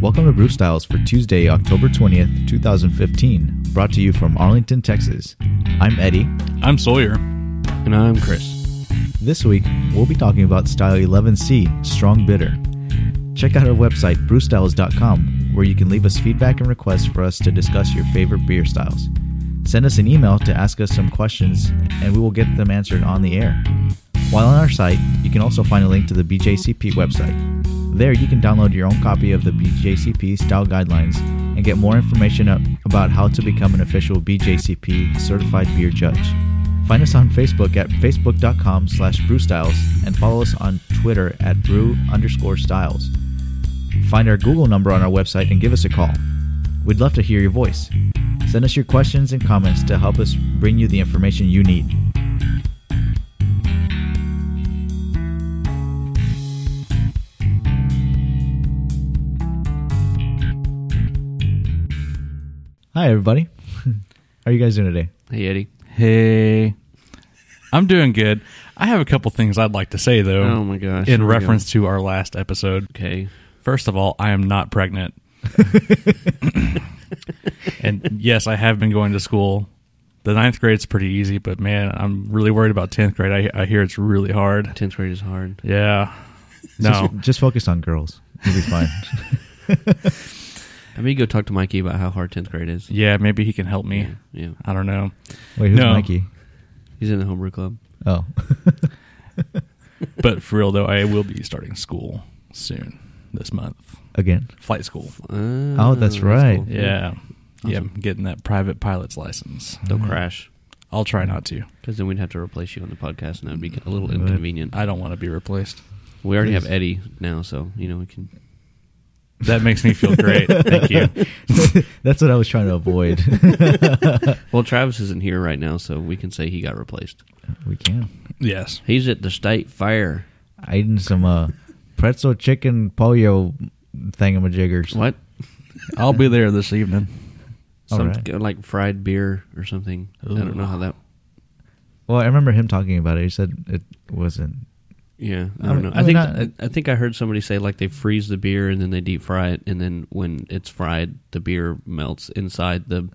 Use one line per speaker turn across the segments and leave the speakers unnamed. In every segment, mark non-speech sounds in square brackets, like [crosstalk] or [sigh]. Welcome to Brew Styles for Tuesday, October 20th, 2015, brought to you from Arlington, Texas. I'm Eddie.
I'm Sawyer.
And I'm Chris.
This week, we'll be talking about Style 11C, Strong Bitter. Check out our website, brewstyles.com, where you can leave us feedback and requests for us to discuss your favorite beer styles. Send us an email to ask us some questions, and we will get them answered on the air. While on our site, you can also find a link to the BJCP website. There, you can download your own copy of the BJCP style guidelines and get more information up- about how to become an official BJCP certified beer judge. Find us on Facebook at facebook.com slash brewstyles and follow us on Twitter at brew underscore styles. Find our Google number on our website and give us a call. We'd love to hear your voice. Send us your questions and comments to help us bring you the information you need. Hi, everybody. [laughs] How are you guys doing today?
Hey, Eddie.
Hey. I'm doing good. I have a couple things I'd like to say, though.
Oh my gosh, here
In
we go.
reference to our last episode.
Okay. [laughs]
First of all, I am not pregnant. and
[laughs]
yes, I have been going to school. The ninth grade's pretty easy, but man, I'm really worried about 10th grade. I, I hear it's really hard.
10th grade is hard.
Yeah. [laughs] No.
Just, just focus on girls. You'll be
[laughs]
fine.
I may go talk to Mikey about how hard 10th grade is.
Yeah, maybe he can help me.
Yeah. yeah.
I don't know.
Wait, who's
No.
Mikey?
He's in the homebrew club.
Oh. [laughs]
But for real, though, I will be starting school soon this month.
Again.
Flight school.
Oh,
that's right.
cool.
Yeah. Yeah, I'm getting that private pilot's license.
Don't crash.
I'll try not to.
Because then we'd have to replace you on the podcast, and that would be a little inconvenient.
I don't want to be replaced.
We already
Please.
have Eddie now, so, you know, we can.
That makes me feel great. Thank you.
[laughs] That's what I was trying to avoid. [laughs]
Well, Travis isn't here right now, so we can say he got replaced.
we can.
[laughs] Yes.
He's at the state fair.
eating some uh, pretzel chicken pollo thingamajiggers.
What?
I'll be there this evening.
All
Some
right.
like fried beer or something. I don't know how that.
Well, I remember him talking about it. He said it wasn't.
Yeah,
I
I don't
mean-
know.
I
I
mean,
think
I-
I, think I heard somebody say like they freeze the beer and then they deep fry it, and then when it's fried, the beer melts inside the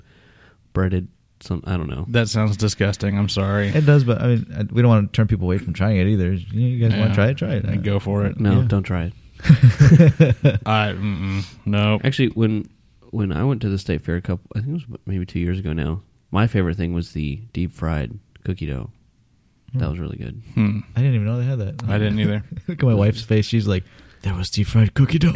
breaded. Some I don't know.
That sounds disgusting. I'm sorry.
It does, but I mean, I- we don't want to turn people away from trying it either. You, you guys want
Yeah.
to try it? Try it.
And go for it.
No,
Yeah.
don't try it.
I mm-mm, no.
Actually, when when I went to the state fair a couple, I think it was maybe two years ago now. My favorite thing was the deep fried cookie dough. That was really good.
Hmm.
I didn't even know they had that.
I didn't either.
[laughs] Look at my wife's face. She's like, "There was deep fried cookie
[laughs]
dough."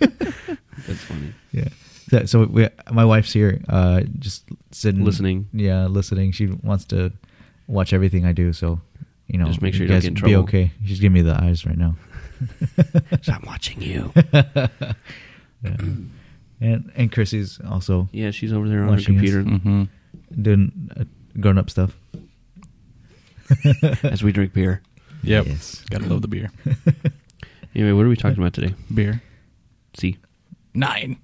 That's
[laughs]
funny.
yeah. That- so we, my wife's here, uh, just sitting,
Listening.
Yeah, listening. She wants to watch everything I do. So, you know,
Just make sure you don't
guys
get in
Be
trouble.
okay. She's giving me the eyes right
[clears throat]
now.
So I'm watching you.
Yeah. and and Chrissy's also
[laughs] yeah, she's over there on her
Watching us.
computer
Mm-hmm.
doing uh, grown up stuff.
[laughs] as we drink beer.
Yep.
Yes.
Gotta love the beer.
Anyway, what are we talking about today?
Beer.
See.
Nine.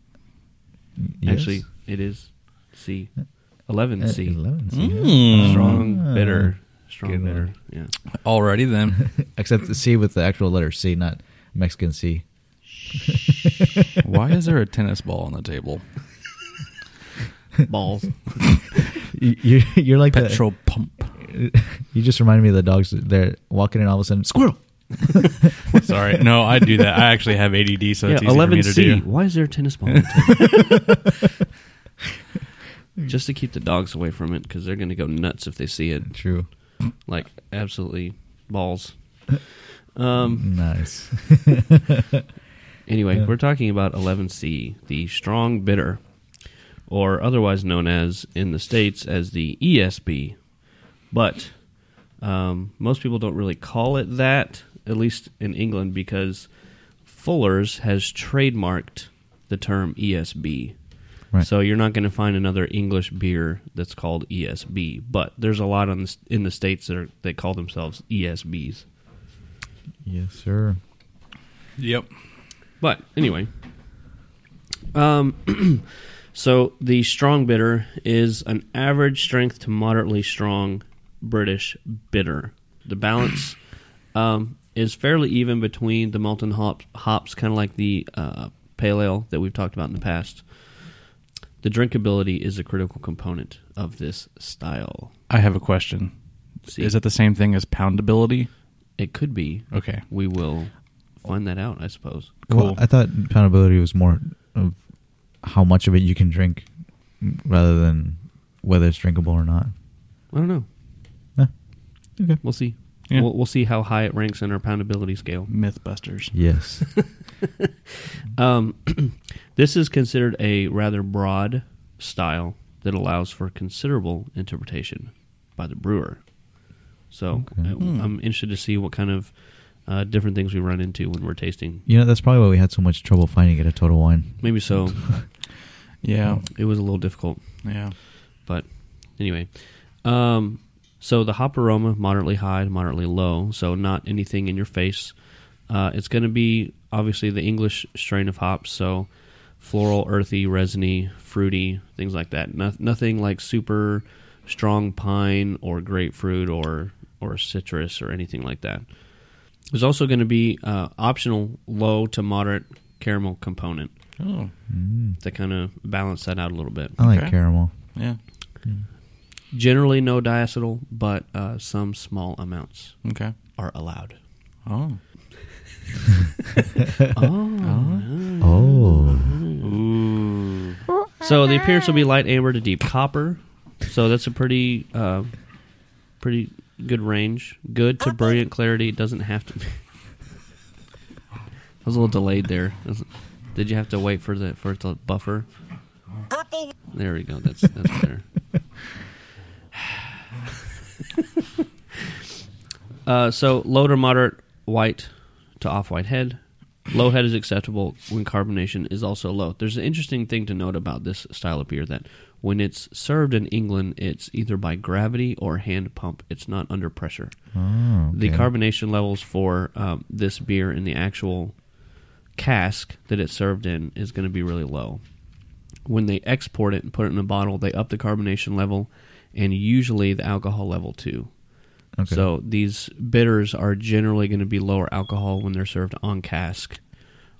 Yes.
Actually, it is C. 11
Uh,
C.
eleven, see, yeah.
Mm-hmm.
Mm.
Strong, bitter.
Good
Strong,
one.
bitter. Yeah.
Alrighty then.
Except the C with the actual letter C, not Mexican C.
Why is there a tennis ball on the table?
Balls.
You, you're, you're like the-
Petrol pump.
[laughs] you just reminded me of the dogs. They're walking and all of a sudden, squirrel.
Sorry. No, I do that. I actually have ADD, so
yeah,
it's easy for me
11
to
C.
do.
Why is there a tennis ball on the table? [laughs] Just to keep the dogs away from it because they're going to go nuts if they see it.
True.
Like, absolutely balls. Um.
Nice. [laughs]
Anyway,
Yeah.
we're talking about 11C, the strong bitter, or otherwise known as in the states as the ESB, but um, most people don't really call it that, at least in England, because Fuller's has trademarked the term ESB.
Right.
So you're not going to find another English beer that's called ESB, but there's a lot on the, s- in the states that are, they call themselves E ESBs.
yes, sir.
Yep.
But anyway, um, [clears throat] so the strong bitter is an average strength to moderately strong British bitter. The balance um, is fairly even between the Malton hops, hops kind of like the uh, pale ale that we've talked about in the past. The drinkability is a critical component of this style.
I have a question.
See.
Is it the same thing as poundability?
It could be.
Okay.
We will find that out, I suppose.
Cool.
Well, I thought poundability was more of how much of it you can drink rather than whether it's drinkable or not.
I don't know.
Eh, Okay.
We'll see.
Yeah.
We'll, we'll see how high it ranks in our poundability scale.
Mythbusters.
Yes. [laughs]
Um, this is considered a rather broad style that allows for considerable interpretation by the brewer. So
Okay.
I, am interested to see what kind of uh, different things we run into when we're tasting.
you know, that's probably why we had so much trouble finding it at Total Wine.
Maybe so.
[laughs] Yeah.
it was a little difficult,
Yeah.
but anyway. Um, so the hop aroma moderately high to moderately low, so not anything in your face. Uh, it's going to be obviously the English strain of hops, so floral, earthy, resiny, fruity, things like that. No, nothing like super strong pine or grapefruit or or citrus or anything like that. There's also going to be uh, optional low to moderate caramel component
Oh.
to kind of balance that out a little bit.
Mm. I like
Okay.
caramel.
Yeah.
Generally, no diacetyl, but uh, some small amounts
Okay.
are allowed.
Oh.
Oh.
Ooh.
So the appearance will be light amber to deep copper. So that's a pretty, uh, pretty good range. Good to brilliant clarity. It doesn't have to. be... [laughs] I was a little delayed there. Did you have to wait for the for it to buffer?
Purple
There we go. That's that's better. uh, so low to moderate white to off white head. Low head is acceptable when carbonation is also low. There's an interesting thing to note about this style of beer that when it's served in England, it's either by gravity or hand pump. It's not under pressure.
Oh,
The
okay.
carbonation levels for um, this beer in the actual cask that it's served in is going to be really low. When they export it and put it in a bottle, they up the carbonation level and usually the alcohol level too.
Okay.
So these bitters are generally going to be lower alcohol when they're served on cask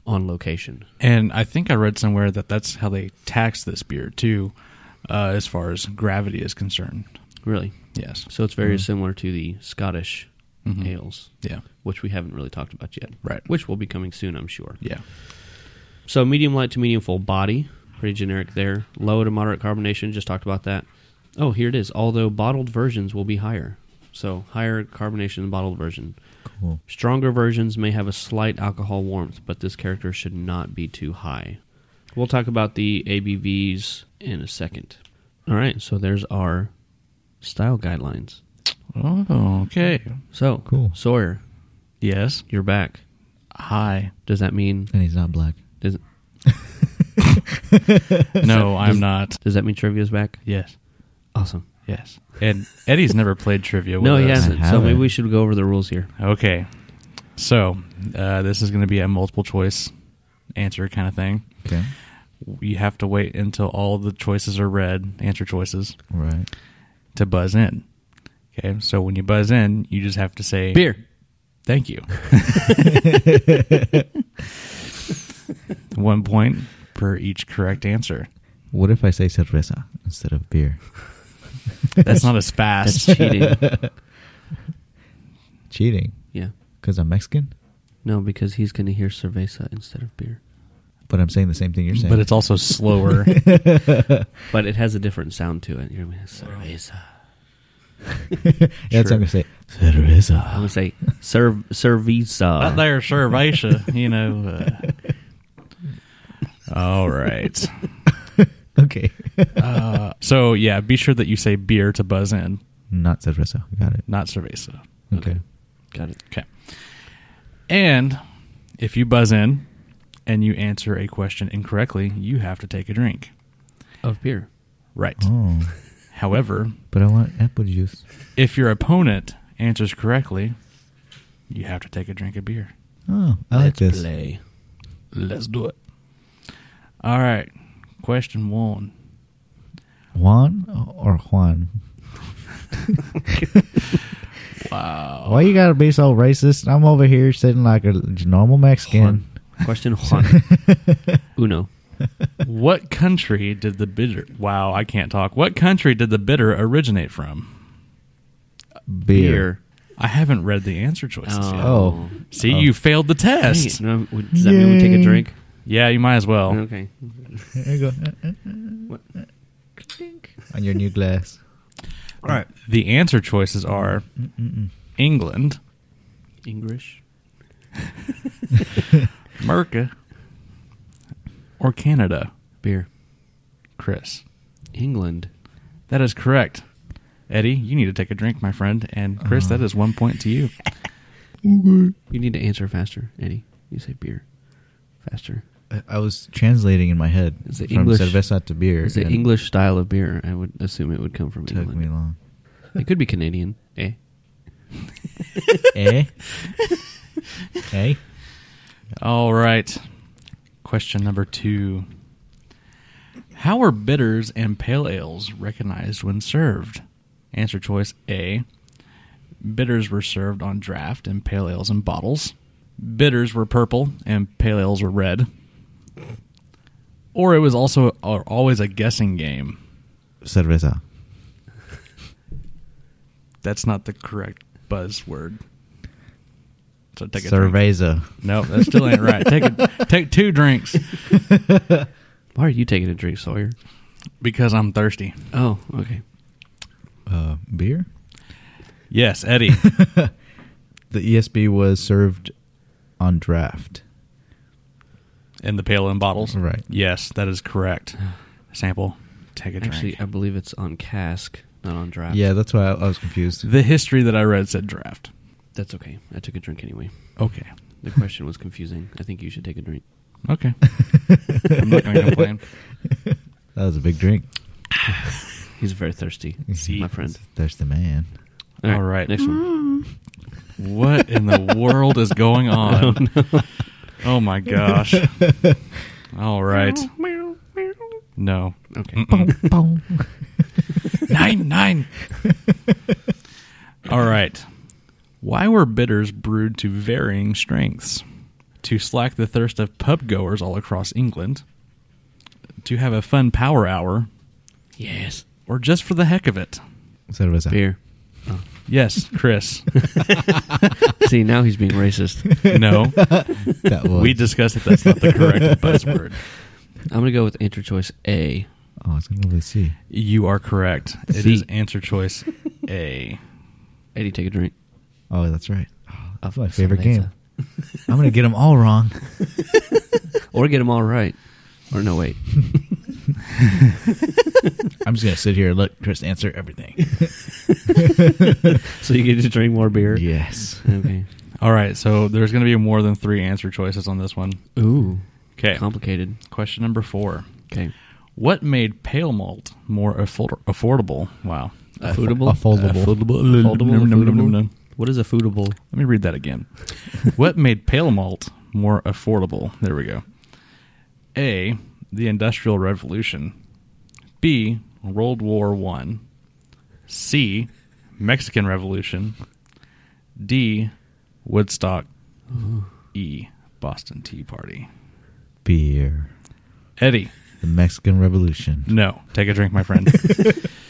on location.
And I think I read somewhere that that's how they tax this beer too, uh, as far as gravity is concerned.
Really.
Yes.
So it's very similar to the Scottish ales,
Yeah.
which we haven't really talked about yet.
Right.
Which will be coming soon, I'm sure.
Yeah.
So medium light to medium full body, pretty generic there. Low to moderate carbonation, just talked about that. Oh, here it is. Although bottled versions will be higher, so higher carbonation than bottled version.
Cool.
Stronger versions may have a slight alcohol warmth, but this character should not be too high. We'll talk about the ABVs in a second. All right, so there's our style guidelines.
Oh. Okay.
So
Cool.
Sawyer,
Yes.
you're back.
Hi.
Does that mean
And he's not black. [laughs]
does,
No, I'm not.
does that mean Trivia's back?
Yes.
Awesome.
Yes. And Eddie's never played trivia. With
No,
us.
he hasn't. So maybe
haven't.
we should go over the rules here.
Okay. So uh, this is going to be a multiple choice answer kind of thing.
Okay.
You have to wait until all the choices are read, answer choices,
All right.
to buzz in. Okay. So when you buzz in, you just have to say
Beer.
Thank you. One point per each correct answer.
What if I say cerveza instead of beer?
That's not as
[laughs] That's
fast. [laughs]
cheating.
[laughs]
[laughs]
Cheating.
yeah.
Because I'm Mexican?
No, because he's going to hear cerveza instead of beer.
But I'm saying the same thing you're saying.
But it's also
[laughs]
slower.
But it has a different sound to it. You're going to cerveza. [laughs]
Yeah, [laughs] that's what I'm going to say. Cerveza.
I'm going to say cer- cerveza.
Not there, Cerveza, you know. uh. All right.
[laughs] Okay.
Uh, so, yeah, be sure that you say beer to buzz in,
not cerveza. Got it.
not Cerveza.
Okay.
Got it.
Okay. And if you buzz in and you answer a question incorrectly, you have to take a drink.
Of beer.
Right.
Oh.
However,
But I want apple juice.
if your opponent answers correctly, you have to take a drink of beer.
Oh, I like
Let's
this.
play.
Let's do it. All right. Question one.
[laughs]
Juan or Juan?
Wow.
Why you gotta be so racist? I'm over here sitting like a normal Mexican. [laughs]
Question one. Uno.
what country did the bitter? Wow, I can't talk. What country did the bitter originate from?
Beer.
I haven't read the answer choices yet.
Oh.
See, you failed the
Dang
test.
it. No, would- does that mean we take
Yay.
a drink?
Yeah, you might as well.
Okay.
[laughs] There you go. [laughs] On your new glass.
All right. The answer choices are
[laughs]
England,
English.
Merca, or Canada.
Beer.
Chris,
England.
that is correct. Eddie, you need to take a drink, my friend. And Chris, that is one point to you.
You need to answer faster, Eddie. You say beer. Faster.
I- I was translating in my head
Is it
from
English-
cerveza to beer.
It's the
and
English style of beer. I would assume it would come from
It took me
England.
long.
It could be Canadian. Eh.
eh? Eh?
All right. Question number two How are bitters and pale ales recognized when served? Answer choice A Bitters were served on draft and pale ales in bottles. Bitters were purple and pale ales were red. Or it was also or always a guessing game.
Cerveza.
That's not the correct buzzword. So take a drink.
Cerveza.
No, that still ain't right.
[laughs]
Take a, take two drinks
Why are you taking a drink, Sawyer?
because I'm thirsty.
Oh, okay.
Uh, beer?
Yes, Eddie.
[laughs] The ESB was served on draft.
and the pale in bottles.
Right.
Yes, that is correct. Sample, take a drink.
Actually, I believe it's on cask, not on draft.
Yeah, that's why I, I was confused.
the history that I read said draft.
That's okay. I took a drink anyway.
Okay.
The question was confusing. I think you should take a drink.
Okay. I'm not going to complain.
[laughs] That was a big drink.
He's very thirsty,
See.
my friend.
Thirsty man.
All right. Mm.
Next one.
What in the world is going
[laughs]
on? [laughs] Oh my gosh. All right. No.
Okay.
Boom.
Nine, nine. All right. Why were bitters brewed to varying strengths? To slack the thirst of pub goers all across England, to have a fun power hour,
Yes.
or just for the heck of it?
[laughs] Cerveza.
Beer. Oh.
Yes, [laughs] Chris.
See, now he's being racist.
[laughs] no,
That was.
we discussed that that's not the correct buzzword.
I'm going to go with answer choice A.
oh, it's going to really see.
You are correct. It is
See.
answer choice A.
Eddie, take a drink.
Oh, that's right. Oh, that's my favorite
Cerveza.
game. I'm going to get them all wrong.
[laughs] Or get them all right. Or no,
[laughs]
wait.
I'm just going to sit here and let Chris answer everything.
So you get to drink more beer?
yes.
Okay.
All right, so there's going to be more than three answer choices on this one.
Ooh.
Okay,
Complicated.
question number four.
Okay.
What made pale malt more affor- affordable? Wow.
Foodable?
Affordable.
Foldable?
Affordable.
What is a foodable?
Let me read that again. [laughs] what made pale malt more affordable? There we go. A. The Industrial Revolution. B. World War One. C. Mexican Revolution. D. Woodstock.
Uh-huh.
E. Boston Tea Party.
Beer.
Eddie,
The Mexican Revolution.
no. Take a drink,
[laughs]
my friend.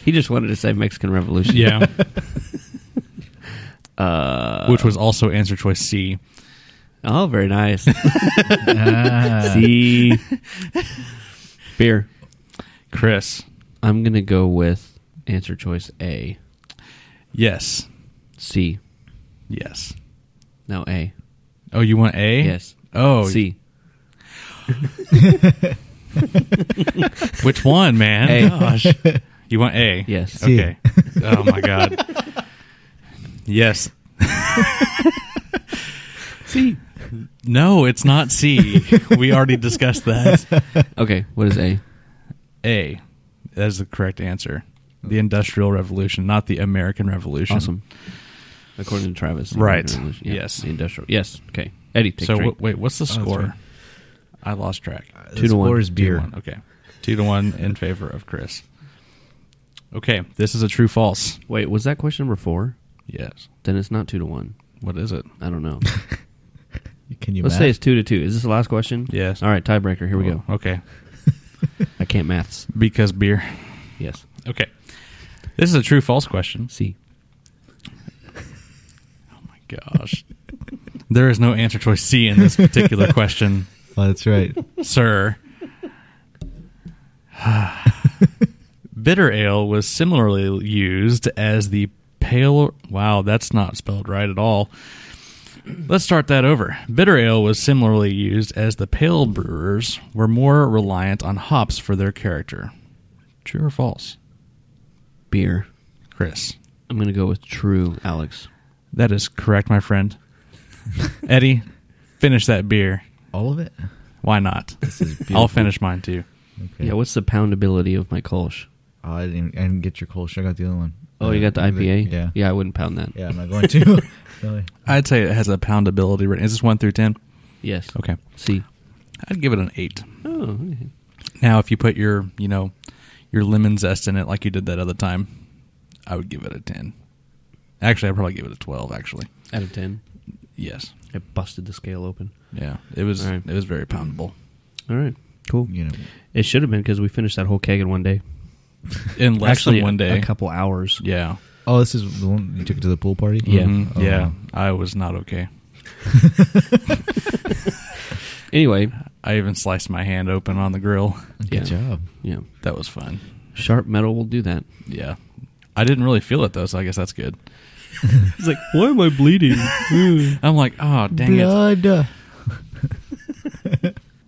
He just wanted to say Mexican Revolution. [laughs]
Yeah.
Uh,
Which was also answer choice C.
Oh, very nice.
[laughs]
Ah.
[laughs] See, beer.
Chris.
I'm gonna go with answer choice A.
Yes.
C.
Yes.
No A.
Oh, you want A?
Yes.
Oh,
C.
which one, man? [laughs]
A.
Gosh. [laughs] You want A?
Yes.
C.
Okay. oh my
[laughs]
god. Yes.
C.
No, it's
[laughs]
not C. we already discussed that.
Okay. What is A?
A. That is the correct answer. The Industrial Revolution, not the American Revolution.
Awesome. According to Travis. the
Right.
American Revolution.
Yes.
The industrial. Yes. Okay. Eddie, take
So
a
w-
drink.
wait, what's the
that's
score?
right.
Oh, I lost track.
Uh, The
Two to one.
score is
Two to
beer.
one. Okay. Two to one in favor of Chris. Okay, this is a true false.
wait, was that question number four?
Yes.
Then it's not two to one.
What is it?
I don't know.
Can you
Let's
math?
say it's two to two. Is this the last question?
Yes. Oh.
All right, tiebreaker. Here we go.
Okay.
I can't maths.
Because beer.
Yes.
Okay. This is a true false question.
C.
Oh my [laughs] gosh. [laughs] there is no answer choice C in this [laughs] particular question,
Oh, that's right.
sir. [laughs] Bitter ale was similarly used as the pale. Wow, that's not spelled right at all. Let's start that over. Bitter ale was similarly used as the pale brewers were more reliant on hops for their character. True or false?
Beer.
Chris.
I'm going to go with true, Alex.
That is correct, my friend. Eddie, finish that beer.
All of it.
Why not? I'll finish mine too.
Okay.
Yeah, what's the poundability of my Kolsch?
Oh, I didn't. I didn't get your Kolsch. I got Uh, the other one.
Oh, you got the IPA?
Yeah.
Yeah, I wouldn't pound that.
Yeah, I'm not going to. Really.
I'd say it has a poundability rating. Is this one through ten?
[laughs] Yes.
Okay,
C.
I'd give it an eight.
Oh, okay.
Now, if you put your, you know, your lemon zest in it like you did that other time, I would give it a ten. Actually, I'd probably give it a twelve. Actually,
out of 10.
yes,
I busted the scale open.
yeah, it was
All right.
it was very poundable
All right. Cool.
You know.
It should have been because we finished that whole keg in one day.
in less
Actually,
than one
a-
day.
a couple hours.
yeah,
Oh, this is the one you took it to the pool party.
Yeah.
Mhm.
Oh.
yeah. I was not okay.
Anyway,
I even sliced my hand open on the grill. [laughs]
Good
Yeah.
job.
yeah,
That was fun.
sharp metal will do [laughs] that.
Yeah. I didn't really feel it though, so I guess that's good.
It's like, why am I bleeding? [laughs]
I'm like, oh dang it.
Blood.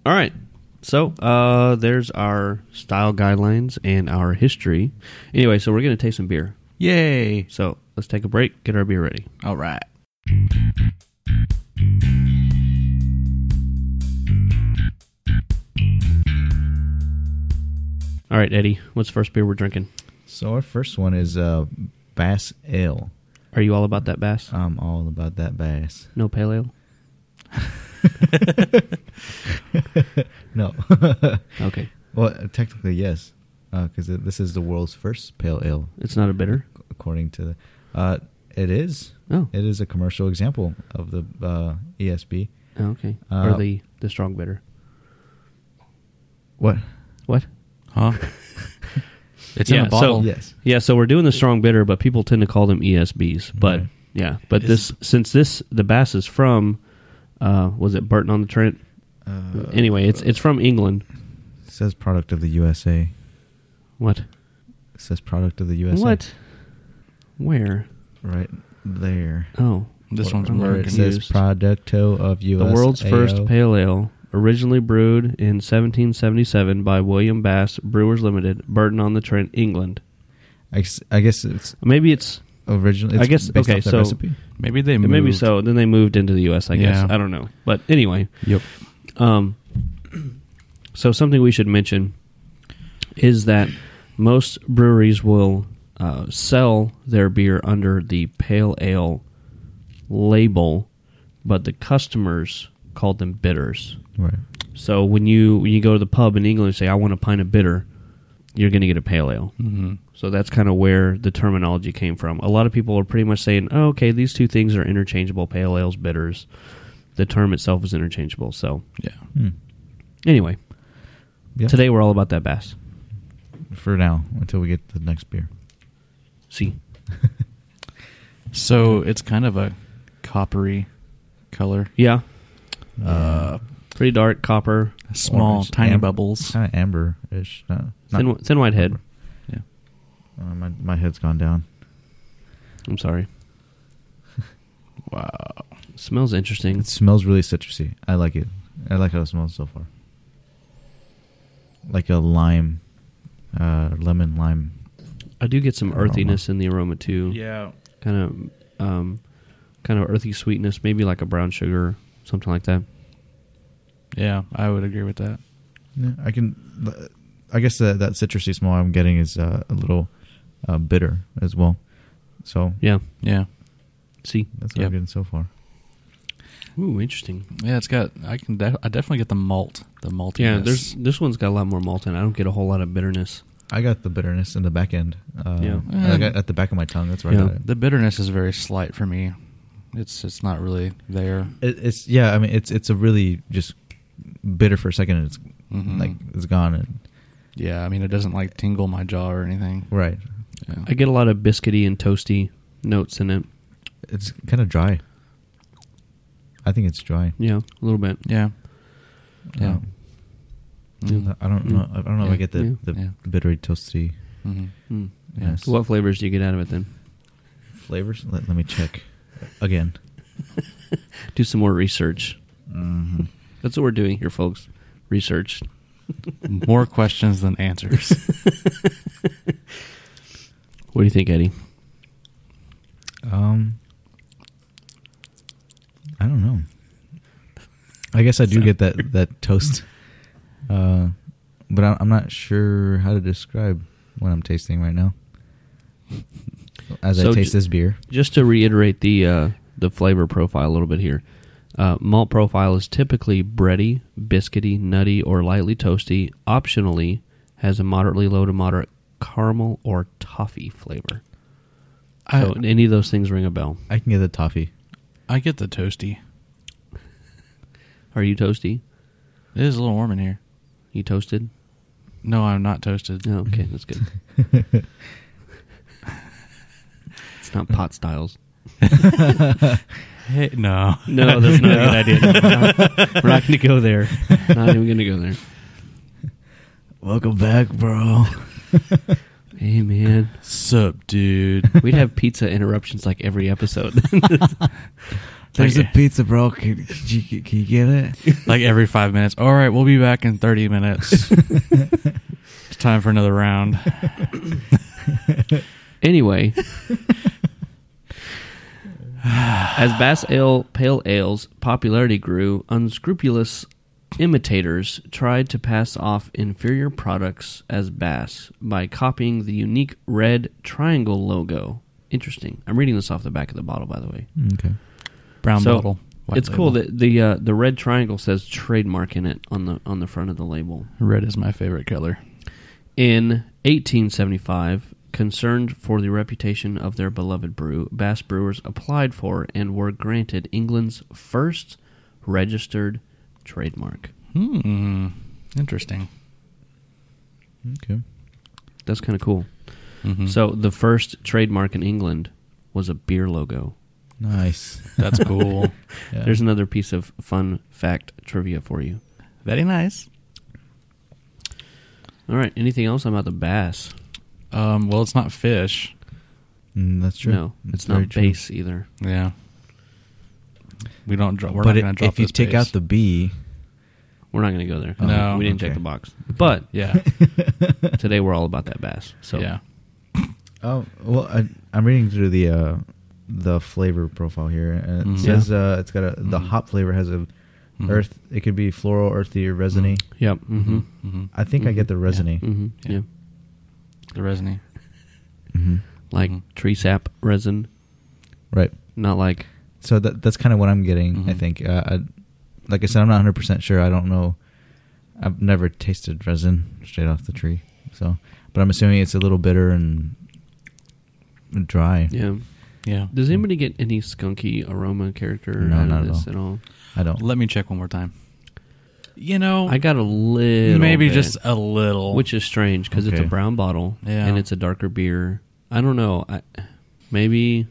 All right. So uh, there's our style guidelines and our history. Anyway, so we're gonna take some beer.
Yay.
So let's take a break, get our beer ready.
All right.
All right, Eddie, what's the first beer we're drinking?
So our first one is uh, Bass Ale.
Are you all about that bass?
I'm all about that bass. [laughs]
No pale ale.
No. [laughs]
Okay,
well, technically yes, because it this is the world's first pale ale,
it's not a bitter.
according to the. Uh, it is.
Oh,
It is a commercial example of the uh, ESB.
oh, okay.
Uh,
or the the strong bitter.
What?
What?
Huh? [laughs] it's
Yeah,
in a bottle.
so-
Yes.
Yeah, so we're doing the strong bitter, but people tend to call them ESBs. But
Right.
yeah, but
Is-
this since this the bass is from, uh, was it Burton on the Trent?
Uh,
anyway, it's it's from England.
it says product of the USA.
What?
It says product of the USA.
What? Where?
Right there.
Oh,
This one's
I'm
Where
more
it says
confused.
producto of USA.
the world's first pale ale, originally brewed in 1777 by William Bass Brewers Limited, Burton on the Trent, England.
I, s- I guess it's
Maybe it's
originally.
I
It's
guess-
based
okay,
off that
so-
recipe.
Maybe they moved.
maybe so. Then they moved into the U.S. I guess
Yeah.
I don't know, but anyway,
Yep.
Um, so something we should mention is that most breweries will uh, sell their beer under the pale ale label, but the customers called them bitters.
Right.
So when you when you go to the pub in England and say I want a pint of bitter, you're going to get a pale ale.
hmm
So that's kind of where the terminology came from. A lot of people are pretty much saying, oh, "Okay, these two things are interchangeable: pale ales, bitters." The term itself is interchangeable. So
Yeah.
Hmm.
Anyway,
Yeah.
today we're all about that bass.
For now, until we get to the next beer.
See,
So it's kind of a coppery color.
yeah,
Uh
pretty dark copper,
small,
Orange.
tiny
Am-
bubbles.
Kind of amber-ish. Not, not,
thin, thin white head.
uh, my, my head's gone down.
I'm sorry,
Wow.
smells interesting.
It smells really citrusy. I like it. I like how it smells so far. Like a lime, uh, lemon lime.
I do get some
Aroma.
earthiness in the aroma too.
Yeah.
kind of, um, kind of earthy sweetness, maybe like a brown sugar, something like that.
Yeah, I would agree with that.
Yeah, I can. I guess that that citrusy smell I'm getting is uh, a little uh, bitter as well. So
Yeah.
Yeah.
See,
that's what
Yep.
I'm getting so far.
ooh, interesting.
Yeah, it's got I can def- I definitely get the malt, the maltiness.
Yeah, there's this one's got a lot more malt in. it. I don't get a whole lot of bitterness.
I got the bitterness in the back end. Uh,
Yeah.
I got at the back of my tongue. That's where I
Yeah.
got it.
The bitterness is very slight for me. It's it's not really there.
it. It's yeah. I mean, it's it's a really just bitter for a second, and it's
Mhm.
like it's gone. And,
Yeah, I mean it doesn't like tingle my jaw or anything.
right.
Yeah.
I get a lot of biscuity and toasty notes in it.
It's kind of dry. I think it's dry.
Yeah, a little bit.
yeah. Yeah.
Um, I don't know. I don't know if I
Yeah.
get the
Yeah.
the
Yeah.
bittery toasty
Mhm.
Mm.
Yeah.
Yes.
What flavors do you get out of it then?
flavors. Let, let me check again.
[laughs] Do some more research.
Mm-hmm.
Mhm.
That's what we're doing here, folks. Research.
[laughs] More questions than answers.
[laughs] What do you think, Eddie?
Um, I don't know. I guess I do get that that toast, uh, but I- I'm not sure how to describe what I'm tasting right now. As I
So
taste
j-
this beer,
Just to reiterate the uh, the flavor profile a little bit here. Uh, malt profile is typically bready, biscuity, nutty, or lightly toasty. Optionally, has a moderately low to moderate caramel or toffee flavor.
I-
so any of those things ring a bell.
I can get the toffee.
I get the toasty.
Are you toasty?
It is a little warm in here.
You toasted?
No, I'm not toasted.
Oh,
[laughs]
okay, that's good. it's not pot styles. [laughs]
Hey, no.
No, that's not
[laughs]
a good idea. We're not, going to go there. Not even going to go there.
Welcome back, bro.
Hey, man.
Sup, dude.
We'd have pizza interruptions like every episode. [laughs]
There's
Like-
a pizza, bro. Can, can, you, can you get it?
[laughs] like every five minutes. All right, we'll be back in
[laughs]
30 minutes. it's time for another round.
anyway, as Bass Ale Pale Ale's popularity grew, unscrupulous imitators tried to pass off inferior products as Bass by copying the unique red triangle logo. Interesting. I'm reading this off the back of the bottle, by the way.
Okay.
Brown
So,
bottle. white
it's cool
label.
that the uh, the red triangle says trademark in it on the on the front of the label.
red is my favorite color.
In 1875, concerned for the reputation of their beloved brew, Bass Brewers applied for and were granted England's first registered trademark.
Hmm. Interesting.
Okay.
That's kind of cool.
Mhm.
So the first trademark in England was a beer logo.
Nice.
That's
[laughs]
cool.
[laughs] Yeah.
There's another piece of fun fact trivia for you.
Very nice.
All right, anything else about the bass?
Um, well, it's not fish.
Mm, that's true.
No,
That's
it's
very
not
true.
bass either.
Yeah. We don't drop. We're
but
not
it-
going to drop
if you
this
take
base.
out the B, Oh,
We're not going to go there. 'cause
No,
we didn't check
okay.
the box. But
yeah,
[laughs]
today we're all about that bass. So
yeah,
Oh well, I, I'm reading through the uh, the flavor profile here, and it
Mhm.
says uh, it's got a the
Mhm.
hop flavor has a
Mhm.
earth. It could be floral, earthy, or resiny.
Yep. Mm-hmm.
hmm
I think I get the resiny.
Mm-hmm.
Yeah.
yeah.
the resiny.
Mm-hmm.
like
Mhm.
tree sap resin,
Right.
not like
So that that's kind of what I'm getting. I
Mhm.
Mm-hmm.
think. Uh, I, like I said, I'm not 100 percent sure. I don't know. I've never tasted resin straight off the tree, so but I'm assuming it's a little bitter and dry.
yeah.
Yeah.
Does anybody get any skunky aroma character
No,
out
not
of
at
this
all.
at all?
I don't.
Let me check one more time. You know,
I got a little,
maybe
bit,
just a little.
which is strange because it's
Okay.
a brown bottle
Yeah.
and it's a darker beer. I don't know. I, maybe,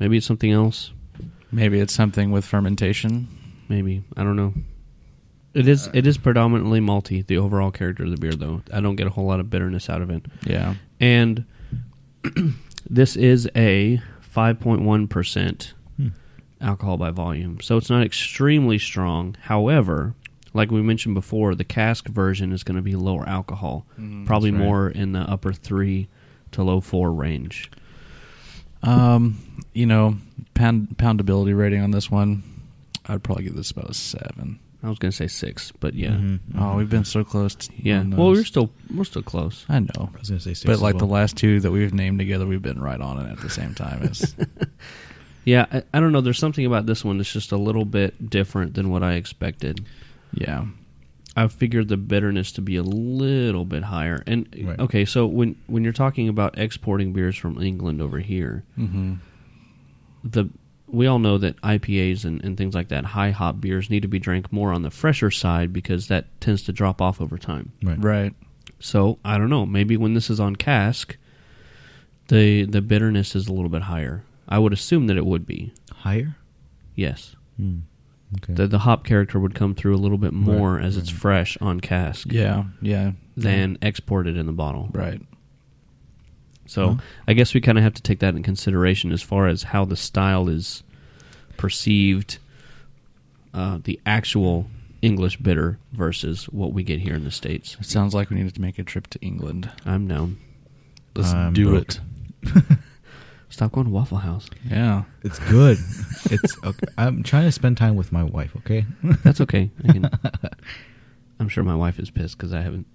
maybe it's something else.
maybe it's something with fermentation.
Maybe I don't know. It is it is predominantly malty. The overall character of the beer, though, I don't get a whole lot of bitterness out of it.
Yeah.
and [clears throat] this is a 5.1%
Hmm.
alcohol by volume. So it's not extremely strong. However, like we mentioned before, the cask version is going to be lower alcohol, probably
Mm-hmm. that's right.
more in the upper 3 to low 4 range.
Um, you know, pound poundability rating on this one, I'd probably give this about a 7
I was going to say 6, but yeah.
Mhm.
Oh, we've been so close. To
Yeah.
on
Well,
those.
we're still we're still close.
I know,
I was gonna say six,
but
as
like the
well.
last two that we've named together, we've been right on it at the same time. It's,
Yeah, I, I don't know, there's something about this one that's just a little bit different than what I expected.
yeah.
I figured the bitterness to be a little bit higher. And
Right.
okay, so when when you're talking about exporting beers from England over here,
Mm-hmm.
the we all know that IPAs and, and things like that, high hop beers, need to be drank more on the fresher side because that tends to drop off over time.
Right.
So I don't know. Maybe when this is on cask, the the bitterness is a little bit higher. I would assume that it would be.
Higher?
Yes,
Hmm. Okay.
the the hop character would come through a little bit more as it's fresh on cask
Yeah. Yeah.
than exported in the bottle.
Right.
So I guess we kind of have to take that in consideration as far as how the style is perceived, uh, the actual English bitter versus what we get here in the states.
It sounds like we needed to make a trip to England.
I'm down.
Let's
I'm
do
broke.
it.
Stop going to Waffle House.
Yeah.
[laughs] It's good. it's okay. I'm trying to spend time with my wife, okay?
That's okay.
[laughs]
I can, I'm sure my wife is pissed because I haven't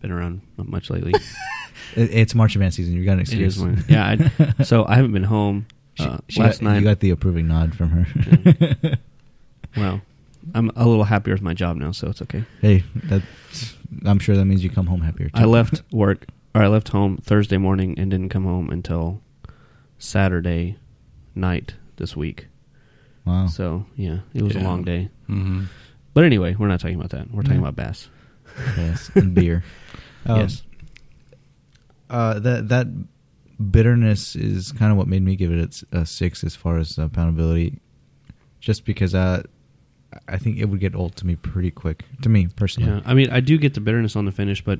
been around not much lately.
It- it's March Advance season. You got an
It
excuse. [laughs]
is my- yeah. I, so I haven't been home
She-
uh,
she
last
got-
night.
You got the approving nod from her. [laughs]
Yeah. well, I'm a little happier with my job now, so it's okay.
hey, that, I'm sure that means you come home happier. Too.
I left work or I left home Thursday morning and didn't come home until Saturday night this week.
Wow.
So yeah, it was a
Yeah.
long day.
Mm-hmm.
But anyway, we're not talking about that. We're talking
Yeah.
about bass.
yes, and beer. Um,
[laughs] yes.
Uh, that that bitterness is kind of what made me give it a, a six as far as uh, poundability, just because I I think it would get old to me pretty quick. To me personally,
Yeah. I mean, I do get the bitterness on the finish, but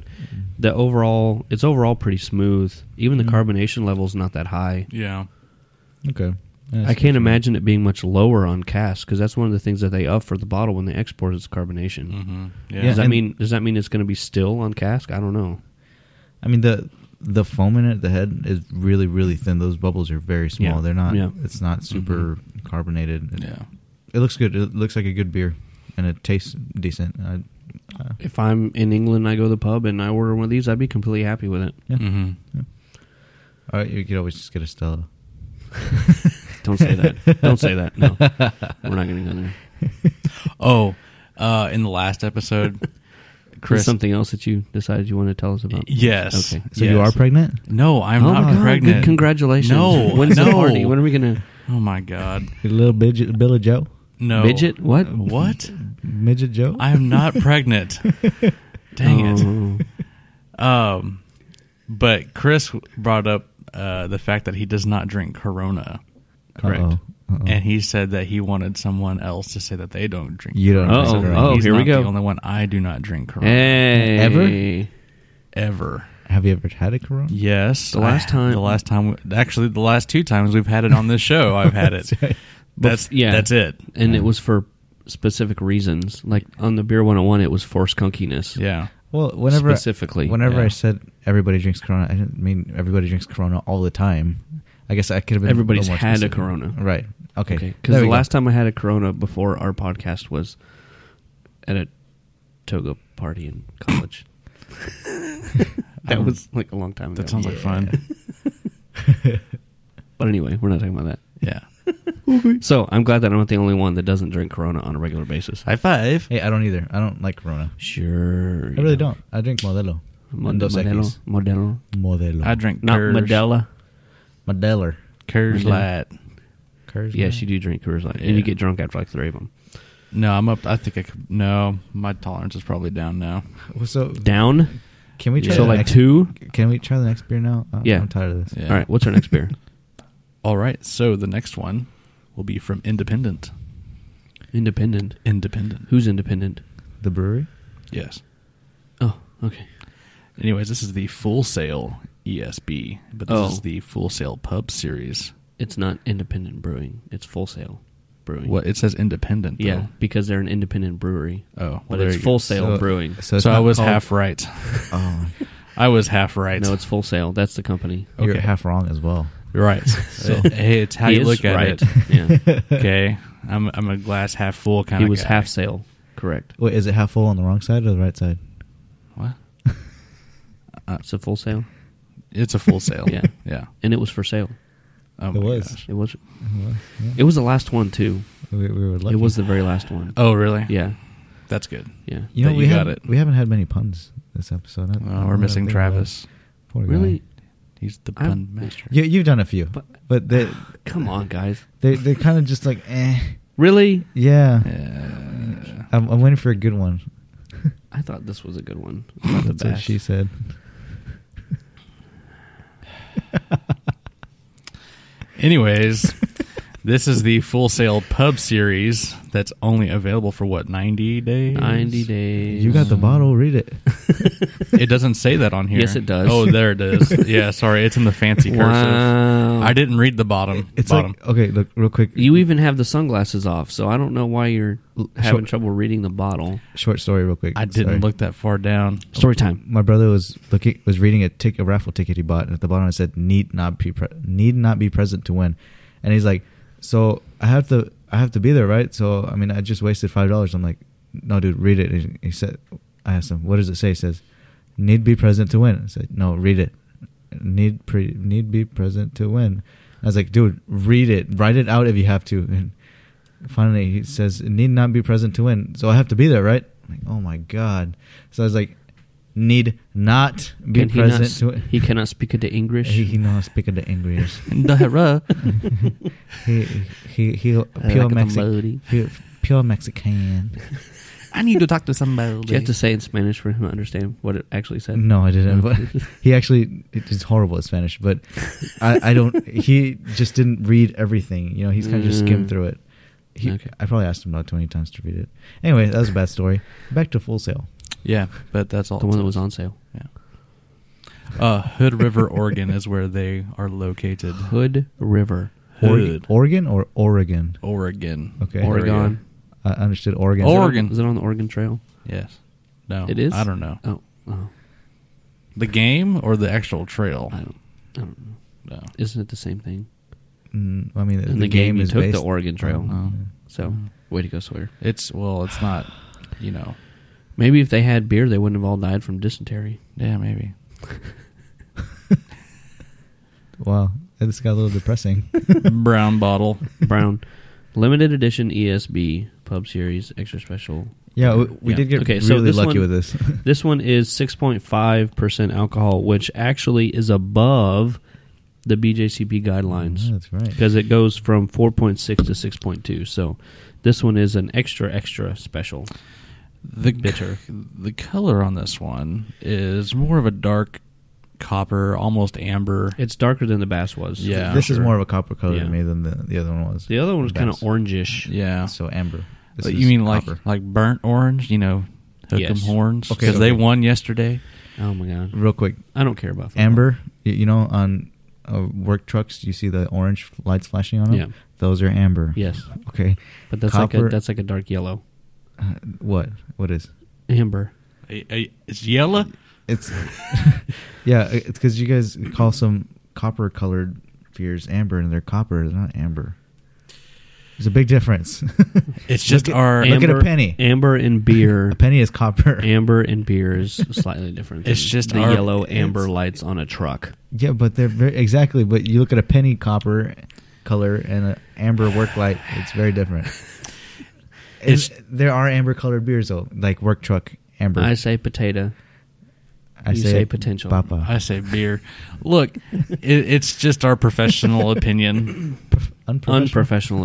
the overall, it's overall pretty smooth. Even the
Mhm.
carbonation level's not that high.
Yeah.
okay. That's
I can't imagine it being much lower on cask because that's one of the things that they up for the bottle when they export is carbonation.
Mm-hmm.
Yeah,
Does that
and-
mean does that mean it's going to be still on cask? I don't know.
I mean the the foam in it, the head is really really thin. Those bubbles are very small.
Yeah.
They're not.
Yeah.
It's not super carbonated. It,
Yeah.
it looks good. It looks like a good beer, and it tastes decent. I, uh,
If I'm in England, I go to the pub and I order one of these, I'd be completely happy with it.
Yeah.
Mm-hmm.
all right, you could always just get a Stella.
[laughs] Don't say that. Don't say that. No, we're not going to go there.
[laughs]
Oh, uh, in the last
[laughs]
episode,
Chris,
Chris.
something else that you decided you want to tell us about?
Yes.
Okay.
So you are
Yes.
[laughs]
pregnant?
No, I'm
oh my
not
God,
pregnant.
Good congratulations.
No,
[laughs] When's
no.
the party? When are we going to?
Oh my god.
A little midget, Billy Joe,
No.
Midget? What?
What?
midget Joe.
I am not
[laughs]
pregnant. Dang [laughs]
Oh.
it. Um, but Chris brought up uh, the fact that he does not drink Corona,
Correct. Eh,
Uh-oh.
Oh.
Uh-oh.
and he said that he wanted someone else to say that they don't drink.
you don't.
Corona.
drink
Uh-oh.
Corona.
Oh,
He's
here we
not
go.
The only one I do not drink Corona
Hey.
Ever?
ever.
Have you ever had a Corona?
Yes,
The last
I-
time-
The last time, actually, the last two times we've had it on this show,
oh,
I've
[laughs]
had
[laughs]
it.
That's right.
That's
yeah.
That's it.
And it was for specific reasons. Like on the Beer 101, it was for skunkiness.
Yeah.
Well, whenever
Specifically,
whenever
yeah.
I said everybody drinks Corona, I didn't mean everybody drinks Corona all the time. I guess I could have been. a little
Everybody's
more
had a
specific.
Corona.
right? Okay,
Okay.
There
Because
we
the
go.
last time I had a Corona before our podcast was at a Togo party in college.
[laughs]
[laughs] that
Um,
was like a long time ago.
That sounds like fun.
But anyway, we're not talking about
[laughs] Yeah.
that. So I'm glad that I'm not the only one that doesn't drink Corona on a regular basis.
High five.
[laughs] Hey, I don't either. I don't like Corona.
sure.
I really don't. I drink Modelo. and Dos
Modelo.
Equis.
Modelo.
Modelo.
I drink
Not
Coors,
Modella.
Modeller.
Coors
Modelo.
Light.
Coors
Yes, you
Light.
do drink Coors Light.
Yeah.
And you get drunk after like three of them.
No, I'm up. I think I could. No, my tolerance is probably down now.
Well, so
Down?
can we try
So
the
like
next,
two?
Can we try the next beer now? Uh,
Yeah.
I'm tired of this.
Yeah.
All right. What's our next beer?
All right. So the next one will be from Independent.
Independent.
[laughs] Independent.
Who's independent?
The brewery.
Yes.
Oh, okay.
Anyways, this is the Full Sail ESB, but this
Oh.
is the Full Sail Pub Series.
It's not independent brewing. It's full sale brewing.
What it says Independent. Though.
Yeah, because they're an independent brewery.
Oh, well,
but
there
it's
you go.
full sale
So-
brewing.
So, it's
so I
not
was
called-
half right. [laughs]
Oh,
I was half right.
No, it's full sale. That's the company.
you're
Okay.
half wrong as well.
[laughs]
[laughs]
right. hey, it's how
He
you
is
look at
right.
it.
Yeah,
[laughs] [laughs] Okay, I'm I'm a glass half full kind
he
of.
was half sale. Correct.
Wait, is it half full on the wrong side or the right side?
[laughs] What?
It's a full sale,
Uh, It's a full sale.
[laughs] Yeah.
yeah.
and it was for sale.
Oh
It
my
was.
gosh.
It was.
Well, yeah.
It was the last one too.
we, we were lucky.
It was the very last one.
Oh really?
Yeah,
That's good.
Yeah.
You know,
That
we
you
have,
got it.
we haven't had many puns this episode. I- I
Uh,
don't
we're
know
missing
if they have.
Travis.
Poor guy.
Really?
He's the
I'm-
pun master.
You,
[sighs]
you've done a few, but,
But-
[sighs]
they
Come on, guys.
they they're kind of just like,
[laughs]
eh,
Really?
yeah.
Yeah.
I'm, I'm waiting for a good one.
I thought this was a good one. About the
[laughs] That's what
bass.
she said.
[laughs] Anyways, [laughs] this is the Full Sail Pub series that's only available for what ninety days.
90 days.
You got the bottle. Read it.
It doesn't say that on here.
Yes, it does.
Oh, there it is. yeah, sorry, it's in the
[laughs]
fancy cursive.
Wow.
I didn't read the bottom.
It's
bottom.
like okay, look real quick.
You even have the sunglasses off, so I don't know why you're
L-
having
short-
trouble reading the bottle.
Short story, real quick.
I didn't
Sorry.
look that far down.
Story time.
My brother was looking was reading a tick a raffle ticket he bought, and at the bottom it said need not be pre- need not be present to win, and he's like, so I have to I have to be there, right? So I mean, I just wasted five dollars. I'm like, no, dude, read it. And he said, I asked him, what does it say? He says, need be present to win. I said, no, read it. Need pre need be present to win. I was like, dude, read it, write it out if you have to. And finally he says need not be present to win so i have to be there right I'm like, oh my god so i was like need not be
Can he not
present
s-
to win
He cannot speak the English.
he, he knows speak the
[laughs]
english
Duh-ruh.
[laughs] he he he pure
I like the
mexican
melody.
pure mexican
[laughs] I need to talk to somebody.
Did you have to say in Spanish for him to understand what it actually said?
no i didn't
No. [laughs]
but [laughs] he actually it's horrible at spanish but i i don't he just didn't read everything you know he's kind of just skimmed
Mm.
through it he,
Okay.
i probably asked him about 20 times to read it anyway that was a bad story back to full sale
yeah, but that's all.
the one that was on sale.
Uh, Hood River, [laughs] Oregon is where they are located.
Hood River.
Oregon,
Hood,
Oregon or Oregon?
Oregon.
Okay.
There we go.
Oregon.
I understood Oregon.
Is it on-
Oregon.
Is it on the Oregon Trail?
Yes. No.
It is?
I don't know.
Oh, oh
The game or the actual trail?
I, don't, I don't know.
No.
Isn't it the same thing?
Mm, I mean, the,
In
the game,
you
is
took
based.
the Oregon Trail.
Oh.
So, way to go, Sawyer.
It's well, it's not. You know.
Maybe if they had beer, they wouldn't have all died from dysentery.
[laughs] Yeah,
[laughs]
maybe.
Wow, uh, this got a little depressing. [laughs]
Brown bottle.
Brown. Limited edition ESB Pub Series Extra Special.
yeah, we, we
Yeah.
did get
Okay,
really
so this
lucky
one-
with this. [laughs]
This one is 6.5% alcohol, which actually is above the BJCP
Yeah,
guidelines
that's right.
because it goes from 4.6 to 6.2. So, this one is an extra, extra special.
The
Bitter.
The color on this one is more of a dark copper, almost amber.
It's darker than the bass was.
Yeah.
this is
sure.
more of a copper color to
Yeah.
me than the, the other one was.
The other one was kind of
Bass.
orangish.
yeah.
So amber. This
But
is
you mean like
copper.
like burnt orange? You know, hook 'em
Yes.
horns
Okay,
because they
okay.
won yesterday.
Oh my god.
real quick?
I don't care about football.
Amber. You, you know, on uh, work trucks, you see the orange f- lights flashing on them.
Yeah.
Those are amber.
Yes,
Okay.
but that's like
Copper-
a that's like a dark yellow.
Uh, what? What is?
Amber.
A- a- It's yellow. [laughs]
It's [laughs] yeah, it's because you guys call some copper colored beers amber, and they're copper. They're not amber. There's a big difference. [laughs]
It's just
Look at-
our.
look at a
Amber-
penny.
Amber and beer.
[laughs] a penny is copper.
amber and beer is slightly different.
It's
than
just
the
our-
yellow amber
it's-
lights on a truck.
yeah, but they're very, exactly. But you look at a penny copper color and an amber work light. It's very different.
It's-
It's- there are amber colored beers though, like work truck amber.
I say potato.
I
you say
it,
potential.
Papa.
I say beer. Look, it, it's just
[laughs]
our professional opinion,
Prof- unprofessional.
Unprofessional